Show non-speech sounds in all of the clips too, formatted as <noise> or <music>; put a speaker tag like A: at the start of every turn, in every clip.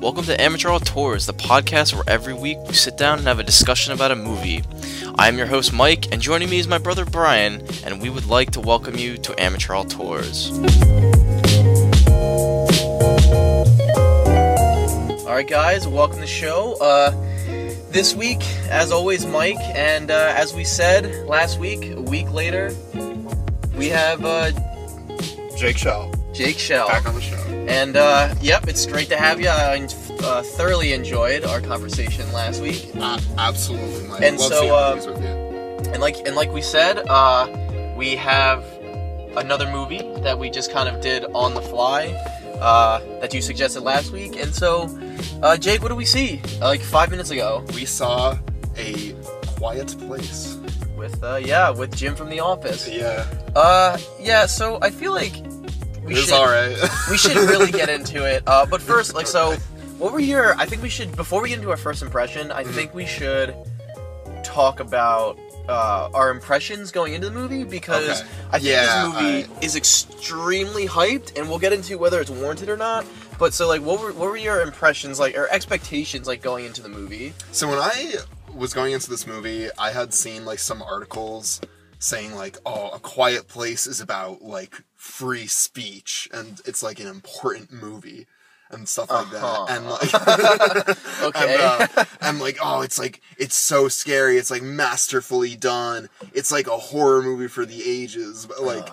A: welcome to Amateur Tours, the podcast where every week we sit down and have a discussion about a movie. I am your host, Mike, and joining me is my brother, Brian, and we would like to welcome you to Amateur Tours. All right, guys, welcome to the show. Uh, this week, as always, Mike, and uh, as we said last week, a week later, we have uh,
B: Jake Shell
A: Jake Shell.
B: back on the show.
A: And uh, yep, it's great to have you. I uh, thoroughly enjoyed our conversation last week,
B: Uh, absolutely, Mike.
A: And
B: Love
A: so,
B: seeing
A: uh,
B: movies with you.
A: and like and like we said, uh, we have another movie that we just kind of did on the fly uh, that you suggested last week. And so, uh, Jake, what did we see uh, like five minutes ago
B: we saw a quiet place.
A: with uh, yeah with Jim from The Office?
B: Yeah,
A: Uh, yeah. So I feel like we
B: it was
A: should
B: all right.
A: we should really get into it. Uh, but first, like, so, what were your? I think we should before we get into our first impression. I
B: Mhm.
A: think we should talk about uh, our impressions going into the movie because
B: Okay.
A: I think
B: Yeah,
A: this movie is extremely hyped, and we'll get into whether it's warranted or not. But so, like, what were what were your impressions, like, or expectations, like, going into the movie?
B: <laughs> So when I was going into this movie, I had seen like some articles saying like, "Oh, a quiet place is about like free speech, and it's like an important movie." And stuff like
A: Uh-huh.
B: that, and like, <laughs>
A: Okay.
B: and, uh, and like, oh, it's like it's so scary. It's like masterfully done. It's like a horror movie for the ages.
A: <sighs>
B: But like,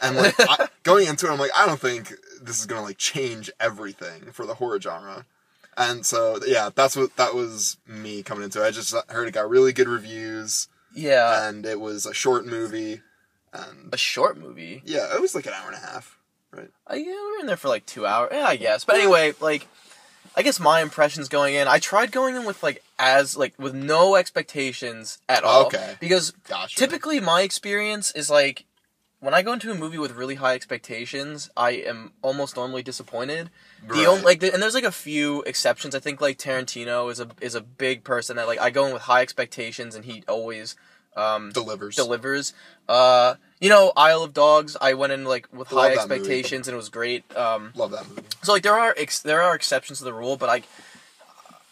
B: and like I, going into it, I'm like, I don't think this is gonna like change everything for the horror genre. And so yeah, that's what that was me coming into it. I just heard it got really good reviews,
A: Yeah,
B: and it was a short movie, and
A: Uh, a short movie.
B: yeah, it was like an hour and a half, right?
A: I, Uh, yeah, we were in there for like two hours. Yeah, I guess. But anyway, like, I guess my impressions going in. I tried going in with like as like with no expectations at all.
B: Okay.
A: Because
B: Gosh,
A: typically my experience is like when I go into a movie with really high expectations, I am almost normally disappointed. The only like, the, and there's like a few exceptions. I think like Tarantino is a is a big person that like I go in with high expectations and he always um,
B: delivers.
A: delivers. Uh, you know, Isle of Dogs. I went in like with
B: Love
A: high
B: that movie.
A: expectations, and it was great. Um,
B: Love that movie.
A: so like there are ex- there are exceptions to the rule, but I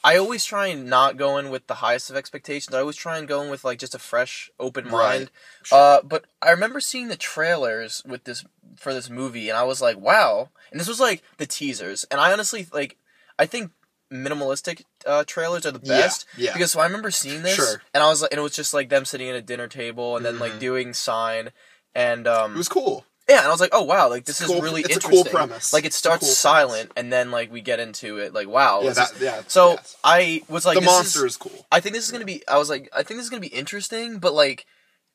A: I always try and not go in with the highest of expectations. I always try and go in with like just a fresh, open
B: Right.
A: mind. Uh, but I remember seeing the trailers with this for this movie, and I was like, wow. And this was like the teasers, and I honestly like I think minimalistic uh, trailers are the
B: Yeah,
A: best
B: yeah.
A: because so I remember seeing this
B: Sure. Mm-hmm.
A: and I was like and it was just like them sitting at a dinner table and then like doing sign and um
B: It was cool.
A: yeah, and I was like, oh wow, like this
B: It's cool-
A: is really
B: it's a
A: interesting.
B: cool premise.
A: Like it
B: It's a
A: starts
B: cool premise.
A: silent, and then like we get into it. Like wow,
B: Yeah,
A: this Oh, is-
B: that, yeah.
A: so
B: yes.
A: I was like,
B: the
A: this
B: monster
A: Is,
B: is cool.
A: I think this is gonna be. I was like, I think this is gonna be interesting, but like,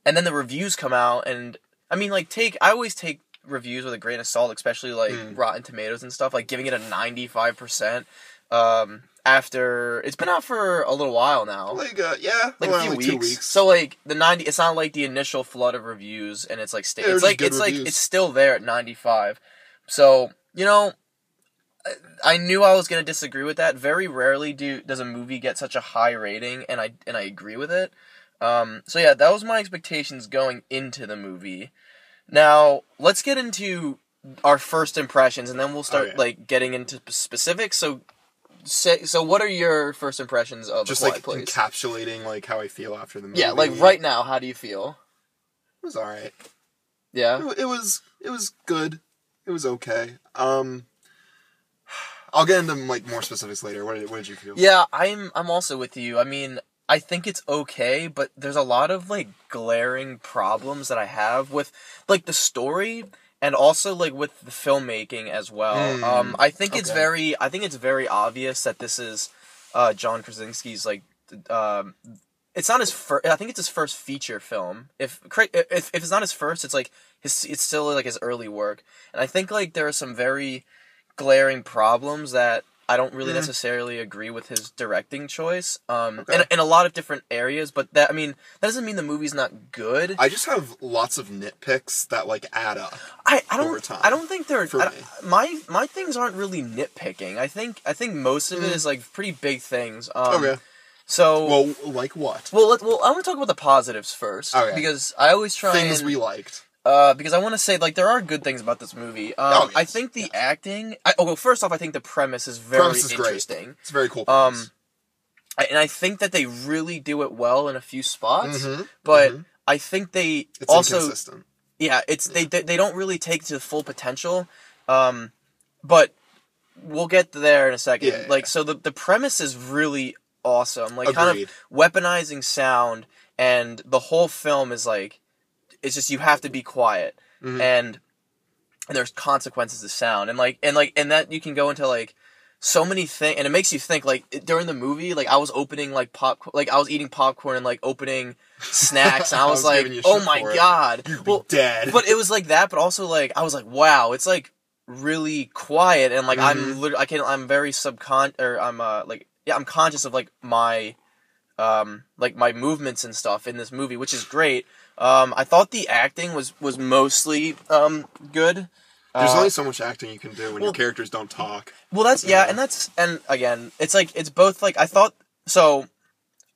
A: and then the reviews come out, and I mean, like, take. I always take reviews with a grain of salt, especially like
B: Mm.
A: Rotten Tomatoes and stuff. Like giving it a ninety five percent. Um, after it's been out for a little while now
B: Like uh, yeah,
A: like a
B: around,
A: few
B: like,
A: weeks.
B: two weeks.
A: So like the ninety, it's not like the initial flood of reviews, and it's like sta-
B: Yeah, it
A: it's
B: was
A: like
B: good
A: it's like
B: reviews.
A: it's still there at ninety five. So you know, I, I knew I was gonna disagree with that. Very rarely do does a movie get such a high rating, and I and I agree with it. Um, so yeah, that was my expectations going into the movie. Now let's get into our first impressions, and then we'll start
B: Okay.
A: like getting into p- specifics. So. Say, so what are your first impressions of
B: just
A: the
B: like
A: Place?
B: encapsulating like how I feel after the movie.
A: Yeah, like right now, how do you feel?
B: It was all right.
A: Yeah.
B: It, it was it was good. It was okay. Um, I'll get into like more specifics later. What did, what did you feel?
A: Yeah, I'm I'm also with you. I mean, I think it's okay, but there's a lot of like glaring problems that I have with like the story and also like with the filmmaking as well.
B: Hmm,
A: um I think it's
B: okay.
A: very I think it's very obvious that this is uh John Krasinski's like th- um it's not his first. I think it's his first feature film. If cra- if if it's not his first, it's like his. It's still like his early work, and I think like there are some very glaring problems that I don't really
B: Mhm.
A: necessarily agree with his directing choice. Um,
B: Okay.
A: in, in a lot of different areas, but that I mean that doesn't mean the movie's not good.
B: I just have lots of nitpicks that like add up.
A: I, I
B: over
A: don't
B: time,
A: I don't think they're
B: for
A: I-
B: me.
A: my my things aren't really nitpicking. I think I think most of it
B: Mhm.
A: is like pretty big things. Um,
B: okay.
A: So well,
B: Well, like what?
A: well, let, well I want to talk about the positives first
B: Okay.
A: because I always try
B: Things
A: and,
B: we liked.
A: uh, because I want to say like there are good things about this movie. Um,
B: Oh, yes,
A: I think the
B: yes.
A: acting. I, oh well, first off, I think the premise is very
B: Premise is great.
A: interesting,
B: It's a very cool.
A: Um,
B: premise.
A: I- and I think that they really do it well in a few spots.
B: Mhm,
A: But
B: mhm.
A: I think they
B: it's
A: also
B: inconsistent.
A: yeah, it's they they they don't really take to the full potential. Um, but we'll get there in a second.
B: Yeah, yeah,
A: like so, the the premise is really awesome. Like kind
B: Agreed.
A: of weaponizing sound, and the whole film is like, it's just you have to be quiet,
B: Mhm.
A: and and there's consequences to sound, and like and like and that you can go into like so many things and it makes you think like it- during the movie like i was opening like pop like i was eating popcorn and like
B: <laughs>
A: opening snacks and i
B: I
A: was,
B: was
A: like
B: giving you
A: oh
B: shit
A: my
B: for it."
A: god
B: You'd be
A: well
B: dead.
A: but it was like that but also like i was like wow it's like really quiet and like
B: Mm-hmm.
A: i'm literally i can i'm very subcon or i'm uh like yeah i'm conscious of like my um like my movements and stuff in this movie which is great um i thought the acting was was mostly um good
B: There's
A: Uh,
B: only so much acting you can do when
A: well-
B: your characters don't talk.
A: well, that's yeah,
B: Yeah.
A: and that's and again, it's like it's both like I thought so.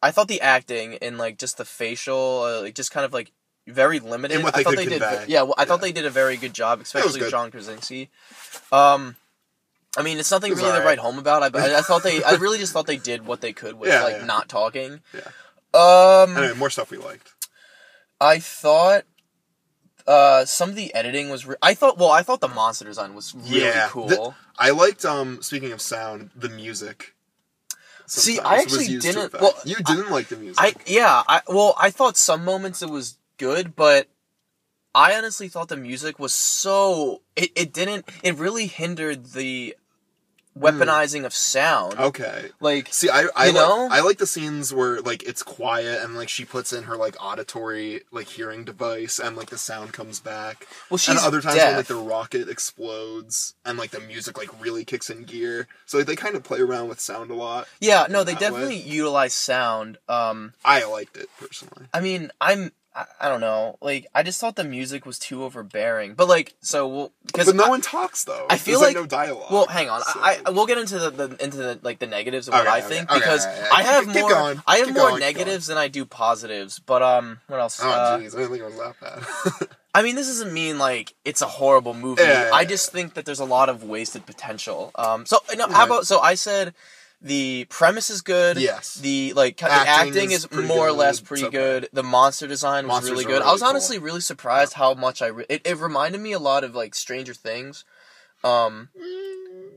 A: I thought the acting and like just the facial, uh, like just kind of like very limited.
B: And what
A: I
B: they
A: thought
B: could
A: they
B: convey.
A: did. Yeah, well, I thought
B: Yeah.
A: they did a very good job, especially
B: good.
A: John Krasinski. Um, I mean, it's nothing
B: It was
A: really to
B: alright.
A: write home about. I, I, I thought they, I really just thought they did what they could with
B: <laughs> Yeah,
A: like
B: yeah.
A: not talking.
B: Yeah.
A: Um,
B: Anyway, more stuff we liked.
A: I thought uh some of the editing was. Re- I thought well, I thought the monster design was really
B: Yeah,
A: cool.
B: th- I liked. Um, speaking of sound, the music.
A: See, I
B: sometimes
A: actually
B: used to
A: didn't-
B: effect.
A: well,
B: you didn't like the music.
A: I yeah, I well, I thought some moments it was good, but I honestly thought the music was so it, it didn't it really hindered the weaponizing of sound.
B: okay.
A: Like
B: See, I I
A: You
B: like,
A: know?
B: I like the scenes where like it's quiet and like she puts in her like auditory like hearing device and like the sound comes back.
A: well she's
B: and other times
A: deaf.
B: when like the rocket explodes and like the music like really kicks in gear. So like, they kind of play around with sound a lot.
A: Yeah, no, they
B: that way.
A: definitely utilize sound. Um
B: I liked it personally.
A: I mean, I'm I, I don't know. Like I just thought the music was too overbearing. But like so well, because
B: But no
A: I-
B: one talks though.
A: I feel
B: There's,
A: like-
B: no dialogue.
A: Well, hang on.
B: Oh, So-
A: I, I we'll get into the, the into the like the negatives of what
B: Okay,
A: I
B: okay,
A: think
B: okay,
A: because
B: okay, okay.
A: I have
B: Keep- keep
A: more
B: going,
A: I have
B: keep
A: more
B: going, keep
A: negatives than I do positives. But um, what else?
B: Oh
A: Uh,
B: jeez, I didn't think it was that bad. <laughs>
A: <laughs> I mean, this doesn't mean like it's a horrible movie.
B: Yeah, yeah,
A: I
B: yeah.
A: just think that there's a lot of wasted potential. Um, so no, how
B: Right.
A: about so I said the premise is good.
B: Yes.
A: The like ca-
B: Acting
A: the acting
B: is
A: is,
B: pretty
A: more or
B: good.
A: less
B: It's
A: pretty
B: okay.
A: good. The monster design was
B: Monsters
A: really
B: are
A: good. I was
B: really
A: honestly really surprised how much I re- it, it reminded me a lot of like Stranger Things. Um,
B: Mm,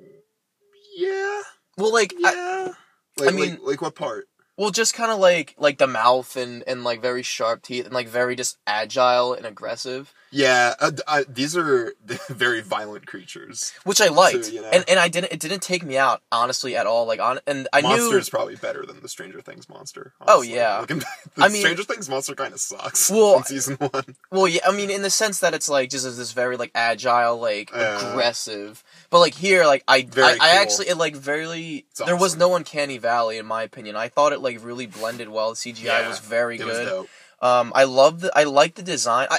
B: yeah,
A: well, like I,
B: yeah. like,
A: mean-
B: like, like what part?
A: Well, just kind of like like the mouth and and like very sharp teeth and like very just agile and aggressive,
B: Yeah, uh, d- I- these are <laughs> very violent creatures.
A: which I liked.
B: you know.
A: And and I didn't it didn't take me out honestly at all. Like on and I
B: monster
A: knew
B: is probably better than the Stranger Things monster.
A: Oh,
B: honestly.
A: yeah.
B: Looking back, <laughs> the
A: I mean-
B: Stranger Things monster kind of sucks.
A: Well,
B: in season one,
A: well, yeah. I mean, in the sense that it's like just as this very like agile, like
B: Yeah.
A: aggressive. But like here, like I I, I
B: Very cool.
A: actually it like very
B: It's
A: there was
B: awesome.
A: no uncanny valley in my opinion. I thought it like really blended well. The CGI
B: Yeah,
A: was very
B: it
A: good.
B: was dope.
A: um, I love the I like the design. I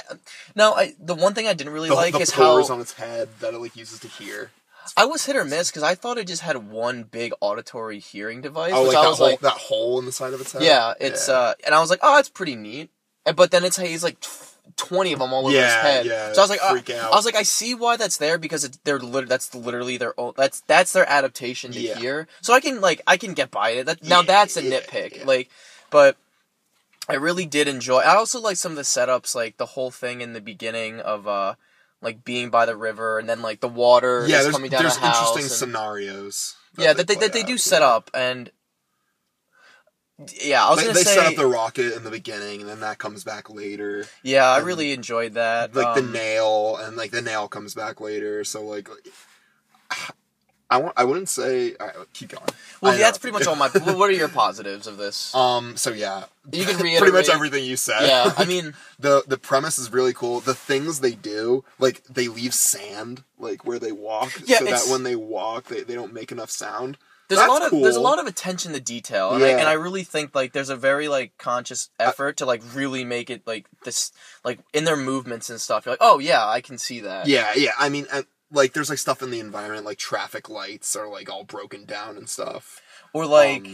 A: now I the one thing I didn't really
B: The,
A: like
B: the
A: is how
B: pores on its head that it like uses to hear.
A: I was hit or miss because I thought it just had one big auditory hearing device,
B: Oh,
A: which
B: like
A: I
B: that
A: was
B: hole,
A: like,
B: that hole in the side of its head.
A: yeah, it's
B: Yeah.
A: uh, and I was like, oh, it's pretty neat. And- But then it's he's like tw- twenty of them all over his
B: Yeah,
A: head.
B: yeah,
A: so I was like, oh,
B: freak out.
A: I was like, I see why that's there because it's they're lit- that's literally their own that's that's their adaptation to
B: Yeah.
A: here. So I can like I can get by it. That, now
B: Yeah,
A: that's a
B: yeah,
A: nitpick,
B: yeah.
A: like, but. I really did enjoy. I also like some of the setups, like the whole thing in the beginning of uh, like being by the river, and then like the water
B: yeah.
A: is
B: There's,
A: coming down
B: there's
A: a house.
B: interesting
A: and-
B: scenarios.
A: yeah, that they
B: play
A: that they do
B: out.
A: set up, and yeah, I was
B: They,
A: gonna
B: they
A: say,
B: set up the rocket in the beginning, and then that comes back later.
A: yeah, I
B: and,
A: really enjoyed that.
B: like the
A: um,
B: nail and like the nail comes back later so like <sighs> i, won't- I wouldn't say all right, keep going
A: well,
B: I
A: that's
B: interrupted
A: pretty much
B: you.
A: all
B: <laughs>
A: my. well, What are your positives of this?
B: um so yeah
A: You can
B: <laughs> pretty much
A: reiterate.
B: everything you said
A: yeah, I mean,
B: <laughs> the the premise is really cool the things they do like they leave sand like where they walk
A: Yeah,
B: so that
A: it's-
B: when they walk they, they don't make enough sound
A: there's
B: That's
A: a lot of there's a
B: cool.
A: lot of attention to detail, and, I,
B: Yeah.
A: and I really think like there's a very like conscious effort to like really make it like this like in their movements and stuff. You're like, oh yeah, I can see that.
B: yeah yeah i mean and, like there's like stuff in the environment like traffic lights are like all broken down and stuff
A: Or like,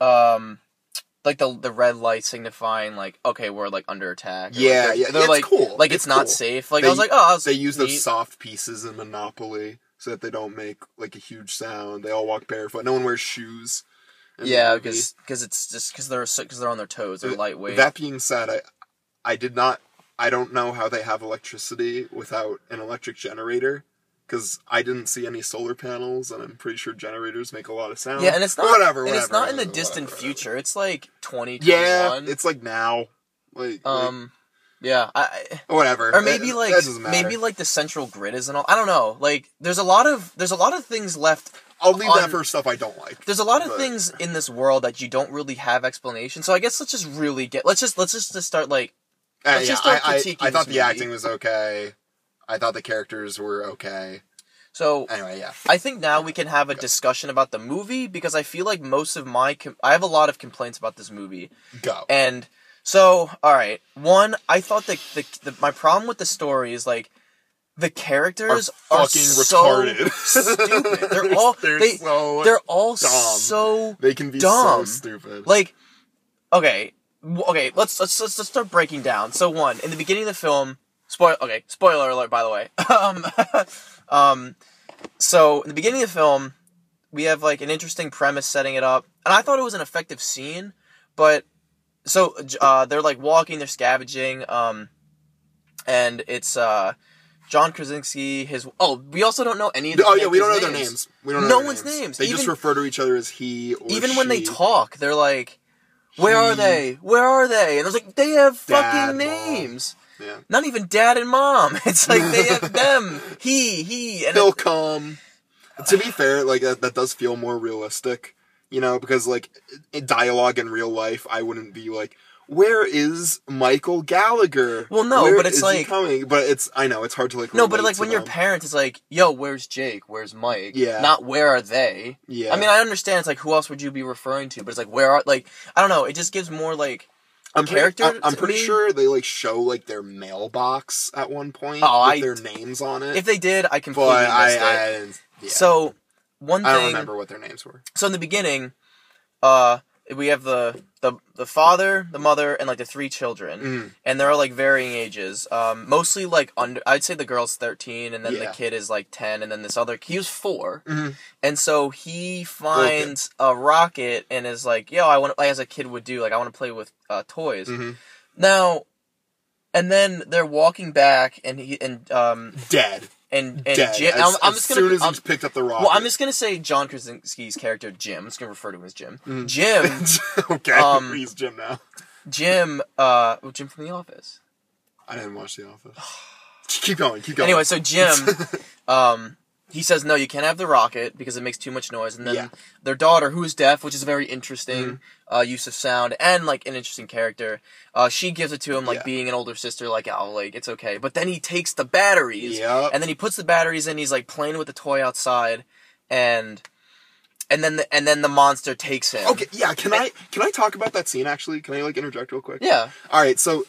B: Um,
A: um, like the the red light signifying like okay we're like under attack. or, like,
B: Yeah,
A: they're-
B: yeah,
A: They're
B: it's
A: like
B: cool.
A: like it's,
B: It's
A: not
B: cool.
A: safe. Like
B: They-
A: I was like oh that's
B: They use those
A: neat.
B: soft pieces in Monopoly so that they don't make like a huge sound. They all walk barefoot. No one wears shoes. in the
A: yeah
B: movie.
A: because because it's just because they're because they're on their toes they're
B: Th-
A: lightweight.
B: That being said, I I did not I don't know how they have electricity without an electric generator because I didn't see any solar panels and I'm pretty sure generators make a lot of sound.
A: yeah, and it's not
B: whatever.
A: and it's
B: whatever,
A: not in the
B: whatever,
A: distant
B: whatever, whatever.
A: future. It's like twenty
B: Yeah,
A: twenty one.
B: it's like now, like um
A: Um, yeah, I, I-
B: whatever.
A: or maybe
B: That-
A: like
B: that doesn't matter.
A: maybe like the central grid is and all. I don't know. Like there's a lot of there's a lot of things left.
B: I'll leave that
A: on-
B: for stuff I don't like.
A: There's a lot of
B: But-
A: things in this world that you don't really have explanation. So I guess let's just really get let's just let's just, just start like
B: Uh,
A: Let's
B: yeah,
A: just
B: I,
A: start
B: I,
A: critiquing
B: I thought the
A: this movie.
B: acting was okay. I thought the characters were okay.
A: so.
B: Anyway, yeah.
A: I think now we can have a discussion about the movie because I feel like most of my com- I have a lot of complaints about this movie.
B: Go.
A: And so, all right. One, I thought that the, the my problem with the story is like the characters are,
B: fucking
A: so
B: retarded. <laughs>
A: stupid. They're all
B: They're
A: they,
B: so
A: they're all
B: dumb.
A: so
B: They can be
A: dumb.
B: so stupid.
A: like okay, w- okay. Let's let's let's let's start breaking down. So one in the beginning of the film. Spoil. Okay, spoiler alert. By the way. <laughs> um, um, so in the beginning of the film, we have like an interesting premise setting it up, and I thought it was an effective scene, but so uh, they're like walking, they're scavenging, um, and it's uh, John Krasinski. His oh, we also don't know any. of the
B: oh yeah, we don't know
A: characters'
B: their names. We don't know
A: No
B: their
A: one's names.
B: They just
A: Even-
B: refer to each other as he or
A: Even when they
B: she.
A: talk, they're like, "Where are
B: He-
A: they? Where are they?" And I was like, "They have
B: Dad,
A: fucking
B: Mom.
A: names."
B: Yeah.
A: Not even dad and mom. <laughs> It's like they
B: <laughs>
A: have them. He, he, and
B: They'll come. To be fair, like that, that does feel more realistic, you know, because like in dialogue in real life, I wouldn't be like, "Where is Michael Gallagher?"
A: Well, no,
B: Where
A: but it's
B: is he
A: like-
B: coming? But it's I know it's hard to like.
A: No, but
B: relate
A: like
B: to
A: when your
B: them.
A: parents is like, "Yo, where's Jake? Where's Mike?"
B: Yeah.
A: Not where are they?
B: Yeah.
A: I mean, I understand. It's like who else would you be referring to? But it's like where are like I don't know. It just gives more like
B: I'm
A: character
B: Pretty, I- I'm
A: to
B: pretty
A: me-
B: sure they like show like their mailbox at one point
A: Oh,
B: with
A: I-
B: their names on it.
A: if they did, I completely
B: but I,
A: missed it.
B: I, didn't- yeah.
A: So one thing.
B: I don't remember what their names were.
A: So in the beginning, uh, we have the the the father, the mother, and like the three children,
B: Mm.
A: and they're all like varying ages. Um, mostly like under. I'd say the girl's thirteen, and then
B: Yeah.
A: the kid is like ten, and then this other he was 4
B: Mhm.
A: and so he finds a rocket and is like, "Yo, I want like, as a kid would do. Like, I want to play with uh, toys."
B: Mhm.
A: Now, and then they're walking back, and he and um
B: Dead.
A: and and
B: Dead.
A: Jim,
B: as
A: I'm, I'm
B: as
A: just
B: soon
A: gonna
B: as
A: I'm-
B: he's picked up the rocket.
A: well, I'm just gonna say John Krasinski's character Jim. I'm just gonna refer to him as Jim.
B: Mm-hmm.
A: Jim,
B: <laughs> okay,
A: um,
B: he's Jim now.
A: Jim, uh, well, Jim from The Office.
B: I didn't watch The
A: <sighs>
B: Office. keep going. Keep going.
A: Anyway, so
B: <laughs>
A: Jim, um, he says no, you can't have the rocket because it makes too much noise. And then
B: Yeah. Mm-hmm.
A: their daughter, who's deaf, which is a very interesting uh, use of sound and like an interesting character, uh, she gives it to him like
B: Yeah.
A: being an older sister, like oh, like it's okay. But then he takes the batteries,
B: Yep.
A: and then he puts the batteries in. He's like playing with the toy outside, and and then the, and then the monster takes him.
B: okay, yeah. Can I can I talk about that scene actually? Can I like interject real quick?
A: eh, Yeah.
B: All right. So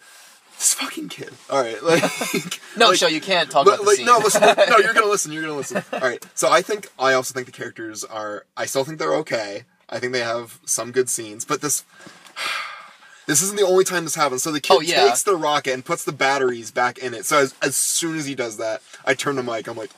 B: this fucking kid. All right. Like
A: <laughs>
B: <laughs>
A: No,
B: like,
A: show you can't talk
B: But,
A: about the
B: like,
A: scene.
B: no, listen. No, you're gonna listen. You're gonna listen. All right. So I think I also think the characters are. I still think they're okay. I think they have some good scenes, but this. <sighs> This isn't the only time this happens. So the kid
A: Oh, yeah.
B: takes the rocket and puts the batteries back in it. So as, as soon as he does that, I turn to Mike. I'm like,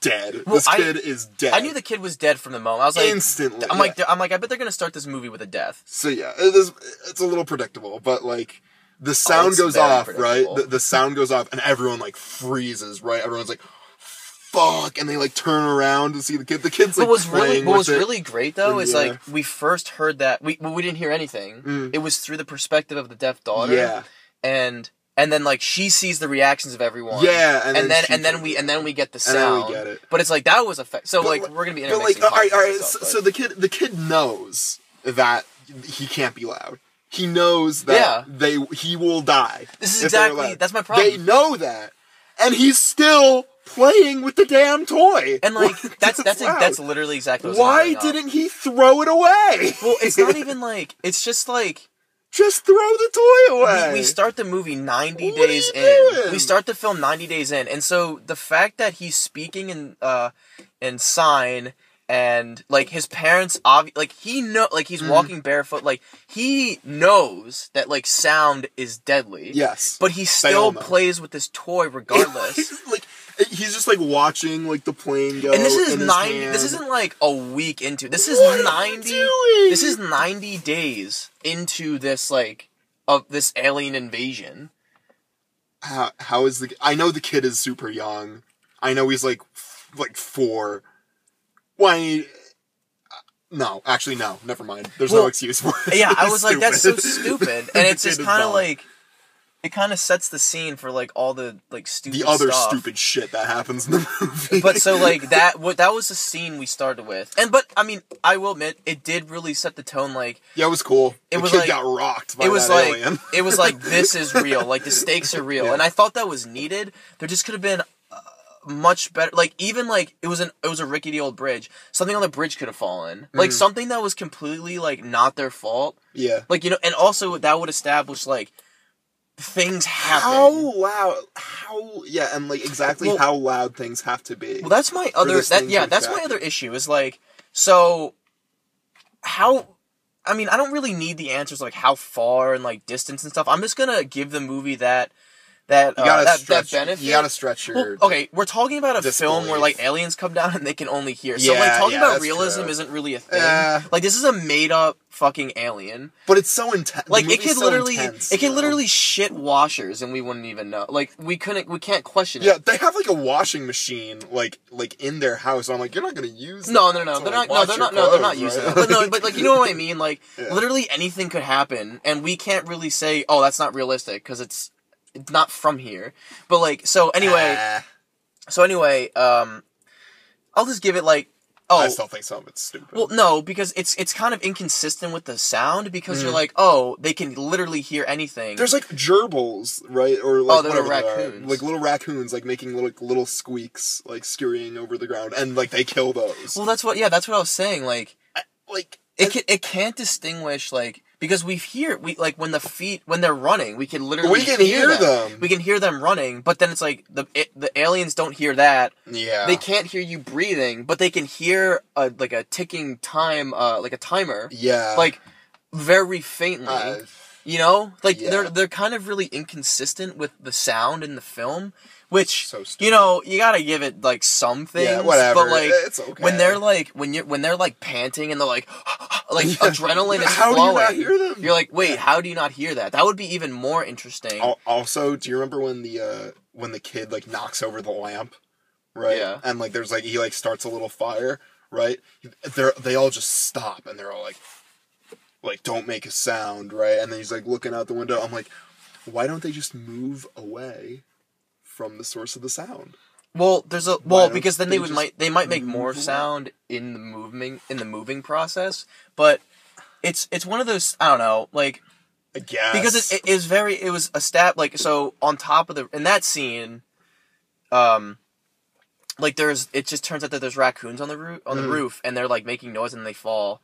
B: dead.
A: Well,
B: this
A: I-
B: kid is
A: <laughs>
B: dead.
A: I knew the kid was dead from the moment. I was like,
B: instantly.
A: I'm
B: yeah.
A: like, I'm like, I bet they're gonna start this movie with a death.
B: So yeah, it is. It's a little predictable, but like the sound
A: Oh, it's
B: goes
A: very
B: off, right?
A: predictable.
B: The, the sound goes off, and everyone like freezes, right? Everyone's like, "Fuck!" and they like turn around to see the kid. The kid's like
A: what was really,
B: playing
A: what was
B: with it.
A: really great though is
B: Yeah. Mm.
A: like we first heard that we well, we didn't hear anything. It was through the perspective of the deaf daughter.
B: Yeah.
A: and and then like she sees the reactions of everyone.
B: Yeah, and
A: and,
B: then
A: then,
B: she
A: and then
B: turns
A: we and then we get the
B: And then we
A: sound.
B: get it.
A: But it's like that was a fa- so like
B: like-
A: we're gonna be
B: But like,
A: intermixing.
B: all right, all right.
A: podcasts
B: So,
A: and
B: so
A: stuff,
B: the kid, the kid knows that he can't be loud. He knows that
A: Yeah.
B: they he will die.
A: This is
B: if they're
A: exactly-
B: loud.
A: that's my problem.
B: They know that, and he's still playing with the damn toy.
A: but- and
B: <laughs>
A: like that's that's
B: loud.
A: that's literally exactly what I was gonna
B: Why
A: bring up.
B: didn't he throw it away?
A: well it's
B: <laughs>
A: not even like it's just like
B: Just throw the toy away.
A: we, we start the movie 90
B: What are
A: days
B: you
A: in.
B: doing?
A: We start the film 90 days in. And so the fact that he's speaking in uh in sign and like his parents obvi- like he know like
B: Mm.
A: he's walking barefoot like he knows that like sound is deadly
B: Yes.
A: but he
B: all
A: still
B: know.
A: plays with this
B: <laughs>
A: toy <laughs> regardless
B: like eh, he's just like watching like the plane go.
A: and this is
B: in his
A: 90
B: hand.
A: this isn't like a week into this is
B: What are you
A: 90
B: doing?
A: this is 90 days into this like of this alien invasion
B: how, how is the I know the kid is super young. I know he's like f- like four. Why? eh, No, actually, no. Never mind. There's no
A: Well,
B: excuse for it. <laughs>
A: yeah i was like that's so
B: Stupid.
A: stupid and it's
B: <laughs> The
A: just
B: kid is
A: kind of
B: dumb.
A: like it kind of sets the scene for like all the like stupid
B: the other
A: stuff.
B: stupid <laughs> shit that happens in the <laughs> movie.
A: but so like that what that was the scene we started with and but i mean i will admit it did really set the tone like
B: yeah, it was cool.
A: It
B: the
A: was
B: kid
A: like-
B: got rocked by
A: it was
B: that
A: like
B: alien. <laughs>
A: it was like this is real like the stakes are real
B: Yeah.
A: and i thought that was needed there just could have been uh, much better like even like it was an it was a rickety old bridge something on the bridge could have fallen
B: Mm-hmm.
A: like something that was completely like not their fault
B: Yeah.
A: like you know and also that would establish like things happen
B: How loud? How? Yeah, and like exactly
A: Well-
B: how loud things have to be.
A: Well, that's my other
B: this
A: that
B: thing
A: yeah,
B: to
A: that's my
B: affect.
A: other issue is like so how I mean, I don't really need the answers like how far and like distance and stuff. I'm just going to give the movie that that
B: you gotta
A: uh, that, that
B: stretch.
A: benefit.
B: you gotta stretch your.
A: Well, okay, we're talking about a film where
B: disbelief.
A: like aliens come down and they can only hear. So
B: Yeah,
A: like talking
B: yeah,
A: about
B: that's
A: realism
B: true. Eh.
A: isn't really a thing.
B: Yeah.
A: Like this is a made up fucking alien.
B: But it's so intense.
A: Like it could literally it could literally shit washers and we wouldn't even know. Like we couldn't we can't question it.
B: Yeah, they have like a washing machine, like like in their house. I'm like, you're not gonna use.
A: No,
B: that
A: no, no,
B: to,
A: they're not.
B: like,
A: No,
B: wash
A: they're
B: your
A: not. No, they're not
B: clothes,
A: using
B: right?
A: it. But no, but like you know what I mean. Like
B: <laughs> Yeah.
A: literally anything could happen, and we can't really say, "Oh, that's not realistic," because it's it's not from here. But like, so anyway,
B: Ah,
A: so anyway, um, I'll just give it like, oh,
B: I still think some of it's stupid.
A: well, no, because it's it's kind of inconsistent with the sound because you're like, oh, they can literally hear anything.
B: There's like gerbils, right? Or like
A: Oh, they're
B: whatever they are.
A: raccoons.
B: like little raccoons, like making little like, little squeaks, like scurrying over the ground, and like they kill those.
A: well, that's what. Yeah, that's what I was saying. Like,
B: like
A: it can it can't distinguish like because we hear we like when the feet when they're running we can literally
B: We can hear them.
A: we can hear them running but then it's like the it, the aliens don't hear that
B: yeah,
A: they can't hear you breathing but they can hear a like a ticking time uh like a timer
B: yeah,
A: like very faintly
B: Uh,
A: you know like
B: yeah.
A: they're they're kind of really inconsistent with the sound in the film which
B: So stupid.
A: you know you gotta give it like some things
B: whatever.
A: but like
B: It's okay.
A: when they're like when you when they're like panting and they're like <gasps> like
B: Yeah.
A: adrenaline is
B: How do you
A: flowing
B: not hear them?
A: you're like wait how do you not hear that that would be even more interesting
B: Al- also, do you remember when the uh when the kid like knocks over the lamp, right?
A: Yeah.
B: And like there's like he like starts a little fire, right? They they all just stop and they're all like like don't make a sound, right? And then he's like looking out the window. I'm like, why don't they just move away from the source of the sound?
A: well there's a well
B: don't
A: because then
B: they
A: they would
B: just
A: might they might make more
B: move away?
A: sound in the moving in the moving process but it's it's one of those i don't know like
B: I guess
A: because it, it is very it was a stat like so on top of the in that scene um like there's it just turns out that there's raccoons on the roof on the
B: Mm.
A: roof and they're like making noise and they fall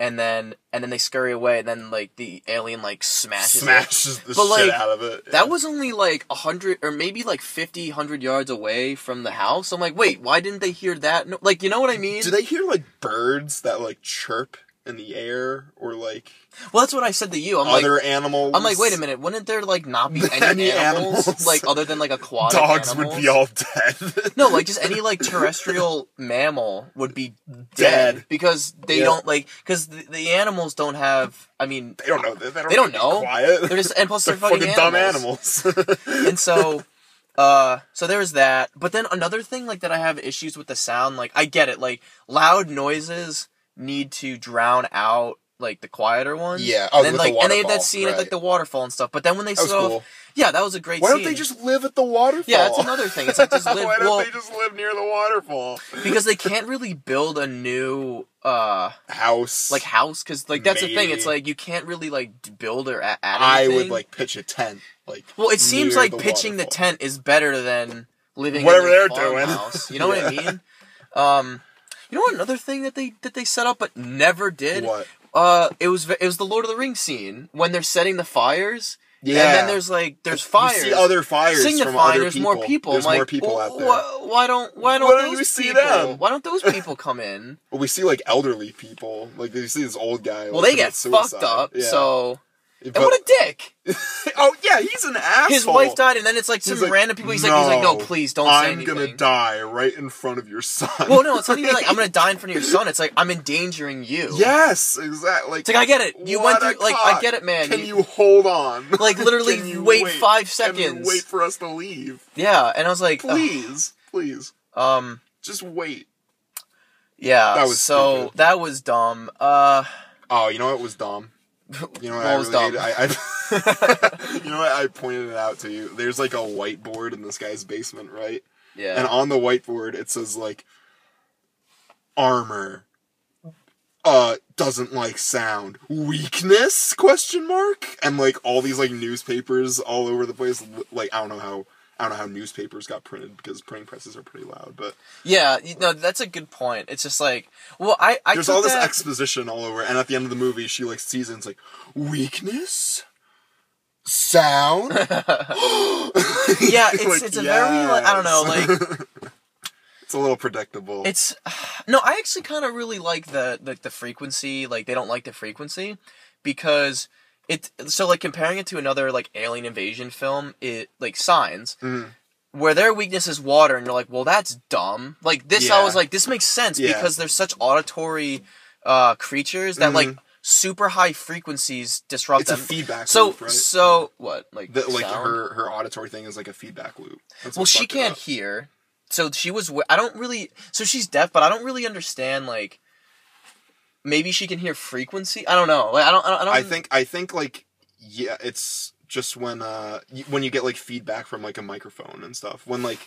A: and then and then they scurry away and then like the alien like smashes it.
B: smashes the
A: But,
B: shit
A: like,
B: out of it.
A: that was only like 100 or maybe like 50 100 yards away from the house i'm like wait why didn't they hear that no, like you know what i mean
B: Do they hear like birds that like chirp in the air or like
A: well that's what i said to you i'm like
B: other animals?
A: i'm like wait a minute wouldn't there like not
B: <laughs>
A: be any,
B: Any
A: animals,
B: animals?
A: like other than like aquatic
B: Dogs would
A: animals?
B: be all dead. <laughs>
A: No, like just any like terrestrial mammal would be dead,
B: Dead.
A: because they
B: Yeah.
A: don't like because the, the animals don't have. I mean,
B: They don't know. They don't,
A: They don't
B: be
A: know.
B: Quiet.
A: they're just and plus
B: <laughs> They're
A: they're, fucking,
B: dumb
A: animals.
B: animals. <laughs>
A: And so, uh, so there's that. But then another thing like that I have issues with the sound. Like I get it. Like loud noises need to drown out like the quieter ones.
B: Yeah. Oh,
A: And then
B: with the
A: like and they had that
B: waterfall,
A: scene at like
B: right.
A: the waterfall and stuff. But then when they
B: that was
A: saw,
B: cool.
A: yeah, that was a great.
B: Why don't
A: scene.
B: they just live at the waterfall?
A: Yeah, that's another thing. It's like
B: <laughs>
A: just live.
B: Why don't
A: well,
B: they just live near the waterfall?
A: because they can't really build a new uh
B: House.
A: like house because like that's the thing it's
B: Maybe.
A: like you can't really like d- build or a- add
B: I
A: anything.
B: would like pitch a tent. Like.
A: well it seems
B: near
A: like pitching the
B: waterfall.
A: tent is better than living
B: Whatever
A: in a
B: they're doing.
A: farmhouse,
B: <laughs>
A: you know what i mean um you know what another thing that they that they set up but never did
B: What?
A: uh it was ve- it was the lord of the rings scene when they're setting the fires
B: Yeah.
A: And then there's like there's fires.
B: You see other fires from
A: Signifying
B: other
A: there's
B: people.
A: more people.
B: There's
A: I'm like,
B: more people out there.
A: Why, why don't why don't
B: Why don't
A: those
B: you see
A: people,
B: them?
A: Why don't those
B: <laughs>
A: people come in?
B: Well, we see like elderly people. Like you see this old guy.
A: Well,
B: like,
A: they get
B: commit suicide.
A: fucked up.
B: Yeah.
A: So
B: But-
A: and what a dick!
B: oh yeah, he's an asshole.
A: His wife died, and then it's like some
B: He's like,
A: random people. He's like, he's like, no, please don't say
B: I'm
A: anything.
B: gonna die right in front of your son.
A: Well,
B: <laughs>
A: no, it's not even like I'm gonna die in front of your son. It's like I'm endangering you.
B: yes, exactly. Like,
A: It's like I get it. You
B: what
A: went
B: a
A: through. Like I
B: cock.
A: get it, man.
B: Can you, hold on?
A: <laughs> Like, literally
B: Can you
A: wait five
B: Can you
A: seconds?
B: wait for us to leave,
A: Yeah, and I was like, ugh,
B: please, please.
A: um,
B: Just wait.
A: yeah.
B: That was
A: so
B: stupid.
A: that was dumb. Uh,
B: Oh, you know what was
A: <laughs>
B: dumb? You know
A: What
B: what, I
A: was
B: really
A: dumb?
B: hated? I,
A: <laughs>
B: I <laughs> you know what? I pointed it out to you. There's like a whiteboard in this guy's basement, right?
A: yeah.
B: And on the whiteboard, it says like armor. Uh, doesn't like sound weakness question mark and like all these like newspapers all over the place l- like I don't know how I don't know how newspapers got printed because printing presses are pretty loud but
A: Yeah, you no, that's a good point. It's just like, well, I, I
B: there's
A: took
B: all this
A: that-
B: exposition all over and at the end of the movie she like sees it and it's like weakness
A: <laughs>
B: sound <gasps>
A: yeah, it's
B: Like,
A: it's a very like I don't know,
B: yes.
A: like
B: <laughs> it's a little predictable
A: it's <sighs> no, I actually kind of really like the like the frequency. Like they don't like the frequency because it. So like comparing it to another like alien invasion film, it like Signs.
B: Mm-hmm.
A: Where their weakness is water, and you're like, well, that's dumb. Like this, I
B: Yeah.
A: was like, this makes sense
B: Yeah.
A: because they're such auditory uh, creatures that like super high frequencies disrupt
B: Mm-hmm. it's a
A: them.
B: feedback
A: So
B: loop, right?
A: so what like
B: That like
A: sound?
B: her her auditory thing is like a feedback loop. That's
A: well
B: what
A: she
B: fucked it
A: can't
B: up.
A: hear so she was wi- I don't really so she's deaf but I don't really understand like maybe she can hear frequency I don't know like I don't I don't, I don't
B: I think I think like yeah, it's just when uh y- when you get like feedback from like a microphone and stuff. When like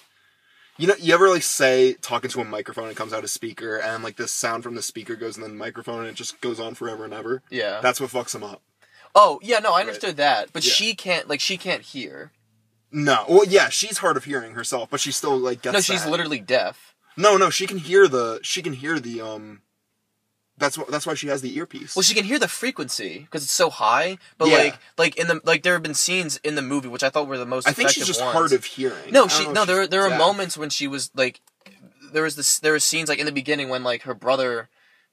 B: you know you ever like say talking to a microphone and it comes out a speaker and like this sound from the speaker goes in the microphone and it just goes on forever and ever.
A: yeah
B: That's what fucks them up.
A: oh yeah no I understood that but
B: Yeah.
A: she can't like she can't hear
B: No, well, yeah, she's hard of hearing herself, but she still like gets.
A: no she's
B: that.
A: literally deaf
B: No, no, she can hear the. She can hear the. Um, that's what. That's why she has the earpiece.
A: well she can hear the frequency because it's so high but
B: Yeah.
A: like like in the like there have been scenes in the movie which I thought were the most
B: I think
A: effective
B: she's just
A: ones.
B: hard of hearing. I
A: No,
B: don't
A: she
B: know if
A: no.
B: she's
A: There were- there were
B: deaf.
A: moments when she was like, there was this there were scenes like in the beginning when like her brother,